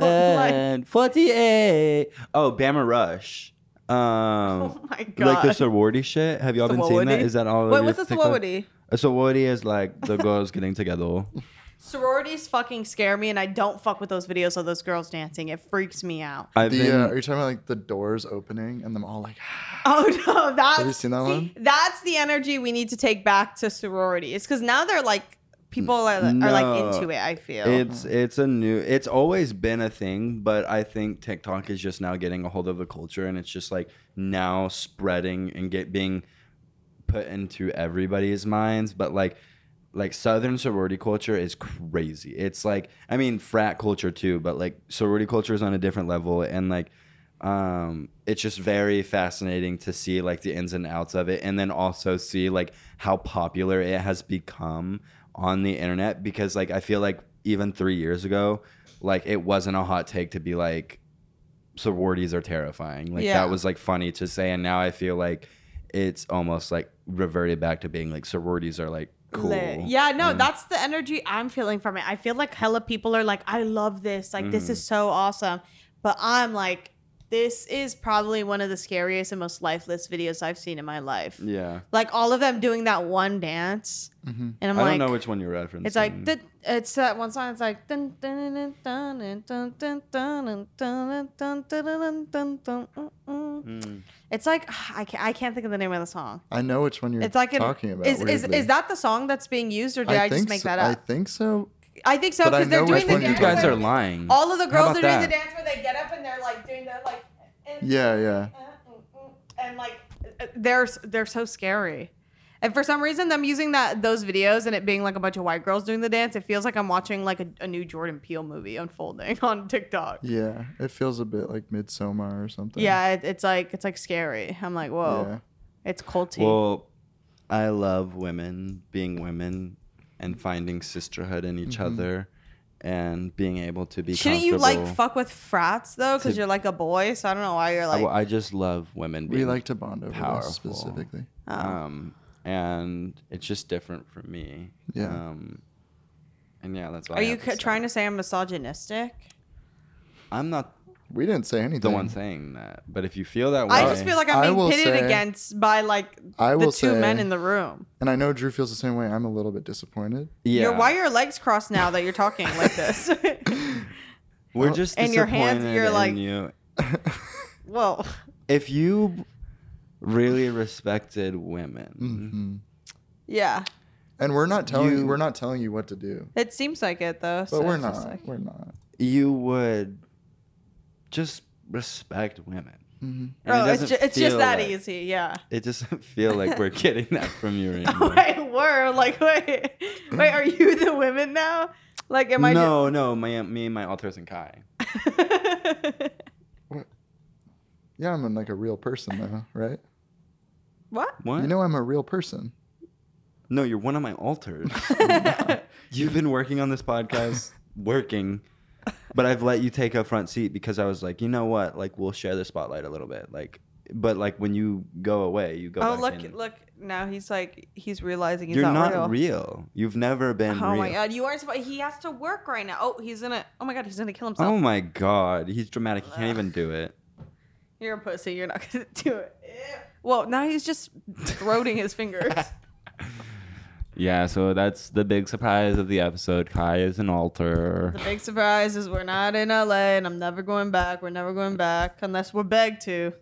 Speaker 1: 47,
Speaker 2: Like,
Speaker 1: 48. Oh, Bama Rush. Um,
Speaker 2: oh my god.
Speaker 1: like the sorority shit. Have y'all been seeing that?
Speaker 2: Sorority?
Speaker 1: Is that all?
Speaker 2: Wait,
Speaker 1: of
Speaker 2: what's
Speaker 1: your
Speaker 2: a
Speaker 1: TikTok?
Speaker 2: sorority?
Speaker 1: A sorority is like the girls getting together.
Speaker 2: Sororities fucking scare me, and I don't fuck with those videos of those girls dancing. It freaks me out.
Speaker 1: I've
Speaker 3: the,
Speaker 1: been,
Speaker 3: uh, are you talking about like the doors opening and them all like,
Speaker 2: Oh no, that's
Speaker 3: you seen that
Speaker 2: see,
Speaker 3: one?
Speaker 2: That's the energy we need to take back to sororities because now they're like people are, are like
Speaker 1: No.
Speaker 2: into it. I feel
Speaker 1: It's it's a new it's always been a thing, but I think TikTok is just now getting a hold of the culture and it's just like now spreading and get being put into everybody's minds, but like like southern sorority culture is crazy. It's like I mean frat culture too, but like sorority culture is on a different level and like um it's just very fascinating to see like the ins and outs of it and then also see like how popular it has become on the internet because like i feel like even three years ago like it wasn't a hot take to be like sororities are terrifying like
Speaker 2: Yeah.
Speaker 1: that was like funny to say and now i feel like it's almost like reverted back to being like sororities are like cool Mm.
Speaker 2: Lit. Yeah, no, that's the energy I'm feeling from it. I feel like hella people are like, I love this. Like, this
Speaker 1: Mm.
Speaker 2: is so awesome. But I'm like, this is probably one of the scariest and most lifeless videos I've seen in my life.
Speaker 1: yeah Mm-hmm.
Speaker 2: Like, all of them doing that one dance. And I'm
Speaker 1: i don't
Speaker 2: like,
Speaker 1: know which one you're referencing
Speaker 2: it's like, the, it's that one song. It's like, dun, dun, dun, dun, dun, dun, dun, dun, dun, dun, dun, dun, dun, dun, dun, mm, mm. it's like, I can't, I can't think of the name of the song.
Speaker 3: I know which one you're
Speaker 2: It's like an,
Speaker 3: talking about.
Speaker 2: Is, is,
Speaker 3: weirdly.
Speaker 2: is that the song that's being used, or did I, just
Speaker 3: think
Speaker 2: make
Speaker 3: so-
Speaker 2: that up?
Speaker 3: I think so.
Speaker 2: I think so
Speaker 3: But I
Speaker 2: because they're
Speaker 3: know
Speaker 2: doing
Speaker 3: which
Speaker 2: the
Speaker 3: one you're
Speaker 1: you
Speaker 2: dance.
Speaker 1: guys
Speaker 2: where-
Speaker 1: are lying
Speaker 2: All of the
Speaker 1: How
Speaker 2: girls are
Speaker 1: about
Speaker 2: doing
Speaker 1: that?
Speaker 2: the dance where they get up and they're like doing the like. And,
Speaker 3: Yeah, yeah.
Speaker 2: And like uh, they're they're so scary. And for some reason, them using that those videos and it being like a bunch of white girls doing the dance, it feels like I'm watching like a, a new Jordan Peele movie unfolding on TikTok. Yeah,
Speaker 3: Yeah. It feels a bit like Midsummer or something.
Speaker 2: it, it's like it's like scary. I'm like,
Speaker 3: Yeah.
Speaker 2: whoa, it's culty.
Speaker 1: Well, I love women being women and finding sisterhood in each other and being able to be.
Speaker 2: Mm-hmm. Shouldn't you like
Speaker 1: comfortable.
Speaker 2: fuck with frats though? Because
Speaker 1: To-
Speaker 2: you're like a boy, so I don't know why you're
Speaker 1: I,
Speaker 2: like.
Speaker 1: well, I just love women. Being,
Speaker 3: We like to bond over
Speaker 1: powerful.
Speaker 3: this specifically.
Speaker 2: Oh.
Speaker 1: um, and it's just different for me.
Speaker 3: Yeah.
Speaker 1: Um, and yeah, that's why.
Speaker 2: are you c- trying to say I'm misogynistic?
Speaker 1: I'm not
Speaker 3: We didn't say anything.
Speaker 1: the one saying that, but if you feel that way,
Speaker 2: I just feel like I'm
Speaker 3: I
Speaker 2: being
Speaker 3: will
Speaker 2: pitted
Speaker 3: say-
Speaker 2: against by like
Speaker 3: I
Speaker 2: the
Speaker 3: will
Speaker 2: two
Speaker 3: say-
Speaker 2: men in the room.
Speaker 3: And I know Drew feels the same way. I'm a little bit disappointed.
Speaker 1: yeah,
Speaker 2: Your, why are your legs crossed now that you're talking like this?
Speaker 1: we're just
Speaker 2: and your hands,
Speaker 1: disappointed
Speaker 2: you're
Speaker 1: in
Speaker 2: like-
Speaker 1: you.
Speaker 2: Whoa.
Speaker 1: if you really respected
Speaker 3: Mm-hmm.
Speaker 1: women,
Speaker 2: Yeah.
Speaker 3: Mm. And we're not telling you,
Speaker 1: Mm-hmm. You-
Speaker 3: we're not telling you what to do.
Speaker 2: It seems like it though.
Speaker 3: But
Speaker 2: so
Speaker 3: we're
Speaker 2: it's just
Speaker 3: not.
Speaker 2: like-
Speaker 3: We're not.
Speaker 1: you would just respect women.
Speaker 3: Mm-hmm.
Speaker 1: And it
Speaker 2: Bro, Oh, it's,
Speaker 1: doesn't
Speaker 2: ju- it's just
Speaker 1: feel
Speaker 2: that
Speaker 1: like-
Speaker 2: easy. Yeah.
Speaker 1: It doesn't feel like we're getting that from you right now.
Speaker 2: Wait, we're like, wait, wait, are you the women now? Like, am I?
Speaker 1: no, no, my me and my authors and Kai.
Speaker 2: Just-
Speaker 3: Yeah, I'm like a real person though, right?
Speaker 2: what?
Speaker 1: What?
Speaker 3: You know I'm a real person.
Speaker 1: no, you're one of my alters. You've been working on this podcast, working, but I've let you take a front seat because I was like, you know what? Like, we'll share the spotlight a little bit. Like, but like when you go away, you go.
Speaker 2: Oh,
Speaker 1: back
Speaker 2: look,
Speaker 1: in.
Speaker 2: look. Now he's like, he's realizing he's
Speaker 1: You're
Speaker 2: not,
Speaker 1: not real. You've never been
Speaker 2: Oh
Speaker 1: real.
Speaker 2: my god, you aren't supposed. He has to work right now. Oh, he's gonna. Oh my god, he's gonna kill himself.
Speaker 1: Oh my god, he's dramatic. He can't even do it.
Speaker 2: You're a pussy. You're not gonna do it. Well, now he's just throating his fingers.
Speaker 1: Yeah, so that's the big surprise of the episode. Kai is an altar.
Speaker 2: the big surprise is we're not in LA, and I'm never going back. We're never going back unless we're begged to.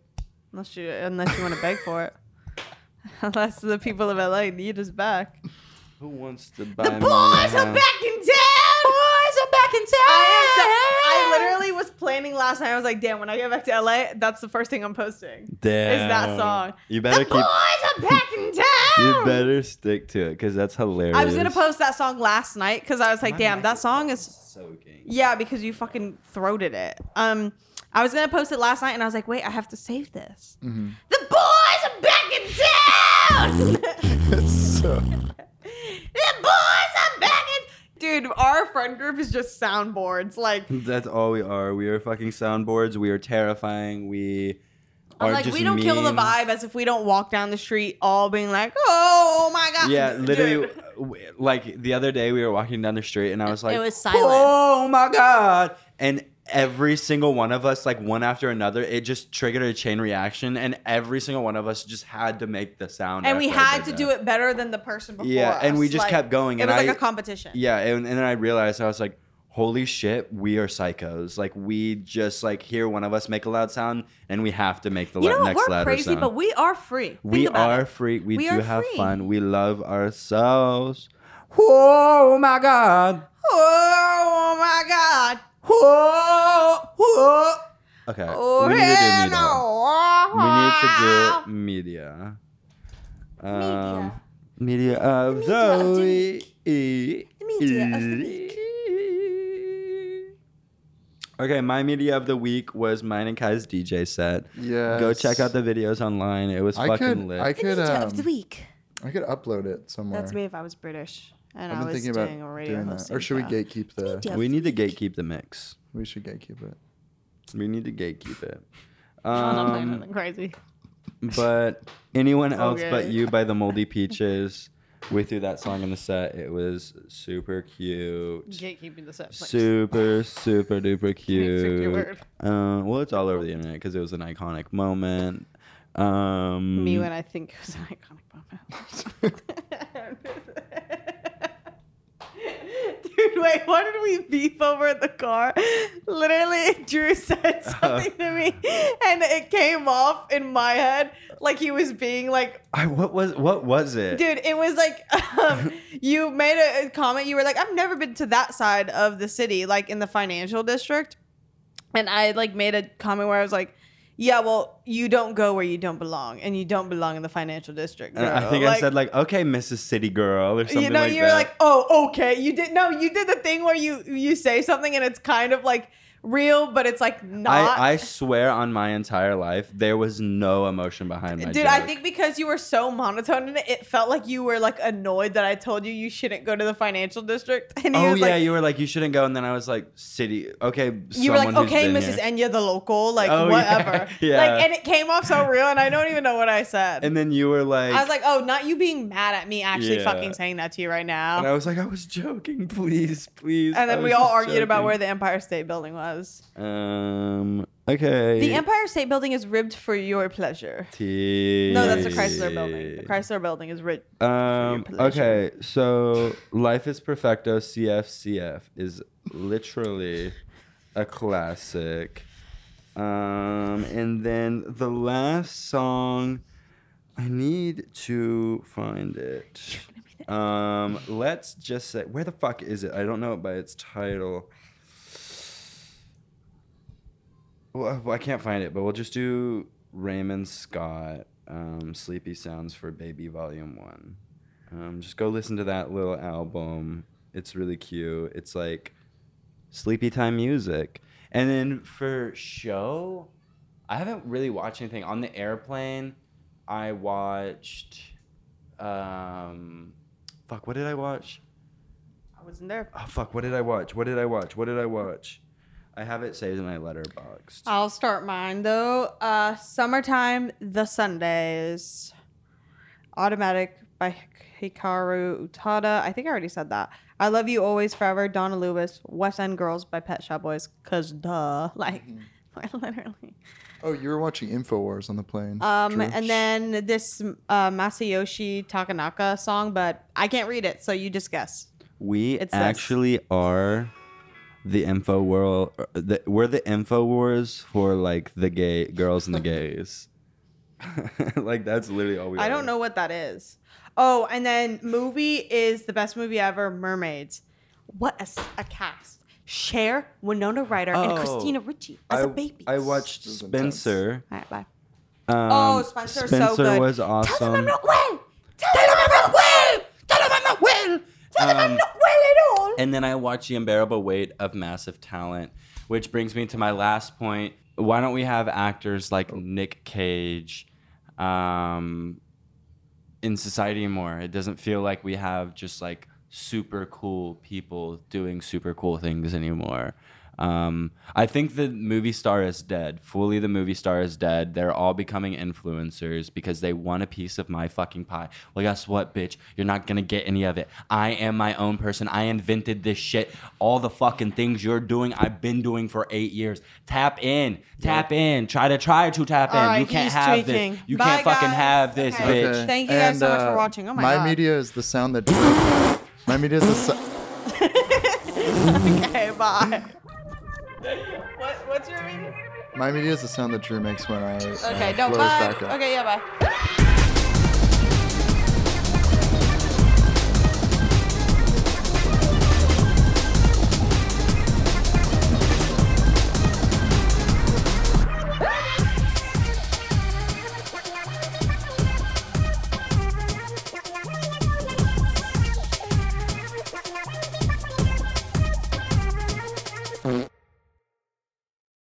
Speaker 2: Unless you, unless you want to beg for it. Unless the people of LA need us back.
Speaker 1: Who wants to buy
Speaker 2: The boys are back in town. Boys are back in town. I, am so- I literally was planning last night. I was like, damn, when I get back to LA, that's the first thing I'm posting.
Speaker 1: Damn.
Speaker 2: Is that song?
Speaker 1: You better
Speaker 2: the
Speaker 1: keep.
Speaker 2: Boys are back in town.
Speaker 1: You better stick to it because that's hilarious.
Speaker 2: I was gonna post that song last night because I was like, damn, that song is
Speaker 1: Soaking.
Speaker 2: yeah, because you fucking throated it. Um, I was gonna post it last night, and I was like, wait, I have to save this.
Speaker 1: Mm-hmm.
Speaker 2: The boys are back in town.
Speaker 3: So
Speaker 2: the boys are back in. Dude, our friend group is just soundboards. Like,
Speaker 1: That's all we are. We are fucking soundboards. We are terrifying. We are
Speaker 2: I'm like
Speaker 1: just
Speaker 2: we don't kill the
Speaker 1: mean.
Speaker 2: vibe as if we don't walk down the street all being like, oh my god.
Speaker 1: Yeah,
Speaker 2: Dude,
Speaker 1: literally. w- Like the other day, we were walking down the street, and I was like,
Speaker 2: It was silent.
Speaker 1: Oh my god! And every single one of us, like one after another, it just triggered a chain reaction, and every single one of us just had to make the sound.
Speaker 2: And we
Speaker 1: after I
Speaker 2: had to
Speaker 1: did
Speaker 2: do
Speaker 1: that.
Speaker 2: it better than the person before.
Speaker 1: Yeah, and we
Speaker 2: us.
Speaker 1: just
Speaker 2: Like,
Speaker 1: kept going,
Speaker 2: It
Speaker 1: and
Speaker 2: was
Speaker 1: I-
Speaker 2: like a competition.
Speaker 1: Yeah, and, and then I realized I was like, holy shit, we are psychos. Like we just like hear one of us make a loud sound, and we have to make the
Speaker 2: You
Speaker 1: la-
Speaker 2: know what?
Speaker 1: next
Speaker 2: We're
Speaker 1: louder
Speaker 2: crazy,
Speaker 1: sound.
Speaker 2: but we are free. Think
Speaker 1: we
Speaker 2: about
Speaker 1: are
Speaker 2: it.
Speaker 1: free. We,
Speaker 2: We
Speaker 1: do
Speaker 2: are
Speaker 1: have
Speaker 2: free.
Speaker 1: fun. We love ourselves. Oh my god.
Speaker 2: Oh my god.
Speaker 1: Oh, oh. Okay.
Speaker 2: Oh,
Speaker 1: we need to do media. We need to
Speaker 2: hell no.
Speaker 1: do media. Um, media. of E. the week.
Speaker 2: media of the
Speaker 1: week. Okay, my media of the week was mine and Kai's DJ set.
Speaker 3: Yeah.
Speaker 1: Go check out the videos online. It was
Speaker 3: I
Speaker 1: fucking
Speaker 3: could,
Speaker 1: lit.
Speaker 3: I could, um,
Speaker 4: week.
Speaker 3: I could upload it somewhere.
Speaker 2: That's me if I was British and
Speaker 3: I've
Speaker 2: I
Speaker 3: been
Speaker 2: was
Speaker 3: thinking
Speaker 2: doing
Speaker 3: about
Speaker 2: a radio
Speaker 3: doing that.
Speaker 2: hosting
Speaker 3: Or should we
Speaker 2: job.
Speaker 3: gatekeep the?
Speaker 1: we need to gatekeep the mix.
Speaker 3: We should gatekeep it.
Speaker 1: We need to gatekeep it.
Speaker 2: I'm not playing
Speaker 1: Um,
Speaker 2: nothing crazy.
Speaker 1: but anyone else but
Speaker 2: Okay.
Speaker 1: you by the Moldy Peaches. We threw that song in the set. It was super cute.
Speaker 2: Gatekeeping the set.
Speaker 1: Super, super duper
Speaker 2: your
Speaker 1: cute.
Speaker 2: word.
Speaker 1: Uh, well, it's all over the internet because it was an iconic moment. Um,
Speaker 2: Me when I think it was an iconic moment. Dude, wait, why did we beef over in the car? Literally, Drew said something to me and it came off in my head like he was being like,
Speaker 1: I, what was what was it?
Speaker 2: dude, it was like um, you made a- a comment. You were like, I've never been to that side of the city, like in the financial district. And I like made a comment where I was like, yeah, well, you don't go where you don't belong, and you don't belong in the financial district.
Speaker 1: And Uh, I
Speaker 2: girl."
Speaker 1: think I said like, okay, Mrs. City Girl or something
Speaker 2: you know,
Speaker 1: like
Speaker 2: you
Speaker 1: that.
Speaker 2: were like, oh, okay, you did. No, you did the thing where you you say something and it's kind of like real, but it's like not.
Speaker 1: I, I swear on my entire life, there was no emotion behind my
Speaker 2: Dude,
Speaker 1: joke.
Speaker 2: I think because you were so monotone in it, it felt like you were like annoyed that I told you you shouldn't go to the financial district. And he
Speaker 1: Oh
Speaker 2: was
Speaker 1: yeah,
Speaker 2: like,
Speaker 1: you were like, you shouldn't go, and then I was like, city. Okay,
Speaker 2: you were like,
Speaker 1: someone who's
Speaker 2: okay,
Speaker 1: been
Speaker 2: Mrs.
Speaker 1: here."
Speaker 2: Enya, the local, like
Speaker 1: Oh, yeah,
Speaker 2: whatever.
Speaker 1: yeah.
Speaker 2: Like, and it came off so real, and I don't even know what I said.
Speaker 1: And then you were like,
Speaker 2: I was like, oh, not you being mad at me actually
Speaker 1: Yeah.
Speaker 2: fucking saying that to you right now.
Speaker 1: and
Speaker 2: And,
Speaker 1: I was like, I was joking, please, please. I
Speaker 2: then
Speaker 1: was
Speaker 2: we all
Speaker 1: just
Speaker 2: argued about where
Speaker 1: joking.
Speaker 2: the Empire State Building was.
Speaker 1: Um. Okay.
Speaker 2: The Empire State Building is ribbed for your pleasure.
Speaker 1: Tea.
Speaker 2: No, that's the Chrysler Building. The Chrysler Building is ribbed.
Speaker 1: Um.
Speaker 2: for your
Speaker 1: Okay. So, life is perfecto. CFCF is literally a classic. Um. And then the last song, I need to find it. Um. Let's just say, where the fuck is it? I don't know it by its title. Well, I- I can't find it, but we'll just do Raymond Scott, um, Sleepy Sounds for Baby Volume 1. Um, just go listen to that little album. It's really cute. It's like sleepy time music. And then for show, I haven't really watched anything. On the airplane, I watched. Um, fuck, what did I watch?
Speaker 2: I wasn't there.
Speaker 1: Oh, fuck, what did I watch? What did I watch? What did I watch? I have it saved in my letterbox.
Speaker 2: I'll start mine though. Uh, Summertime, The Sundays. Automatic by Hikaru Utada. I think I already said that. I Love You Always Forever, Donna Lewis. West End Girls by Pet Shop Boys. Cause duh. Like, literally.
Speaker 3: Oh, you were watching Infowars on the plane.
Speaker 2: Um,
Speaker 3: Drew?
Speaker 2: and then this uh, Masayoshi Takanaka song, but I can't read it, so you just guess.
Speaker 1: We
Speaker 2: It's this.
Speaker 1: actually are the info world. uh, The, we're the info wars for like the gay girls and the gays. like that's literally all we.
Speaker 2: I
Speaker 1: are.
Speaker 2: don't know what that is. Oh, and then movie is the best movie ever, Mermaids. What a, s- a cast. Cher, Winona Ryder,
Speaker 1: Oh.
Speaker 2: and Christina Ricci as
Speaker 1: I-
Speaker 2: a baby.
Speaker 1: I watched
Speaker 3: is intense.
Speaker 1: Spencer.
Speaker 2: All right, bye.
Speaker 1: Um,
Speaker 2: Oh, Spencer, so good.
Speaker 1: was awesome.
Speaker 2: Tell them I'm not well. Tell, them I'm not well. Tell them I'm not well. Tell them I'm
Speaker 1: Um,
Speaker 2: not well at all.
Speaker 1: And then I watch The Unbearable Weight of Massive Talent, which brings me to my last point. Why don't we have actors like
Speaker 3: Oh.
Speaker 1: Nick Cage um, in society more? It doesn't feel like we have just like super cool people doing super cool things anymore. Um, I think the movie star is dead. Fully, the movie star is dead. They're all becoming influencers because they want a piece of my fucking pie. Well, guess what, bitch? You're not gonna get any of it. I am my own person. I invented this shit. All the fucking things you're doing, I've been doing for eight years. Tap in, tap in. Try to try to tap
Speaker 2: All
Speaker 1: in.
Speaker 2: right,
Speaker 1: you can't
Speaker 2: he's
Speaker 1: have
Speaker 2: tweaking.
Speaker 1: this. You
Speaker 2: Bye,
Speaker 1: can't fucking
Speaker 2: guys.
Speaker 1: have this,
Speaker 2: Okay.
Speaker 1: bitch.
Speaker 3: Okay.
Speaker 2: Thank you guys so much for watching. Oh my God.
Speaker 3: uh, media is the sound that. my media is the. So-
Speaker 2: Okay, bye. what, what's your meaning?
Speaker 3: my media is the sound that Drew makes when I.
Speaker 2: Okay,
Speaker 3: uh,
Speaker 2: no,
Speaker 3: blows
Speaker 2: bye.
Speaker 3: Back up.
Speaker 2: Okay, yeah, bye.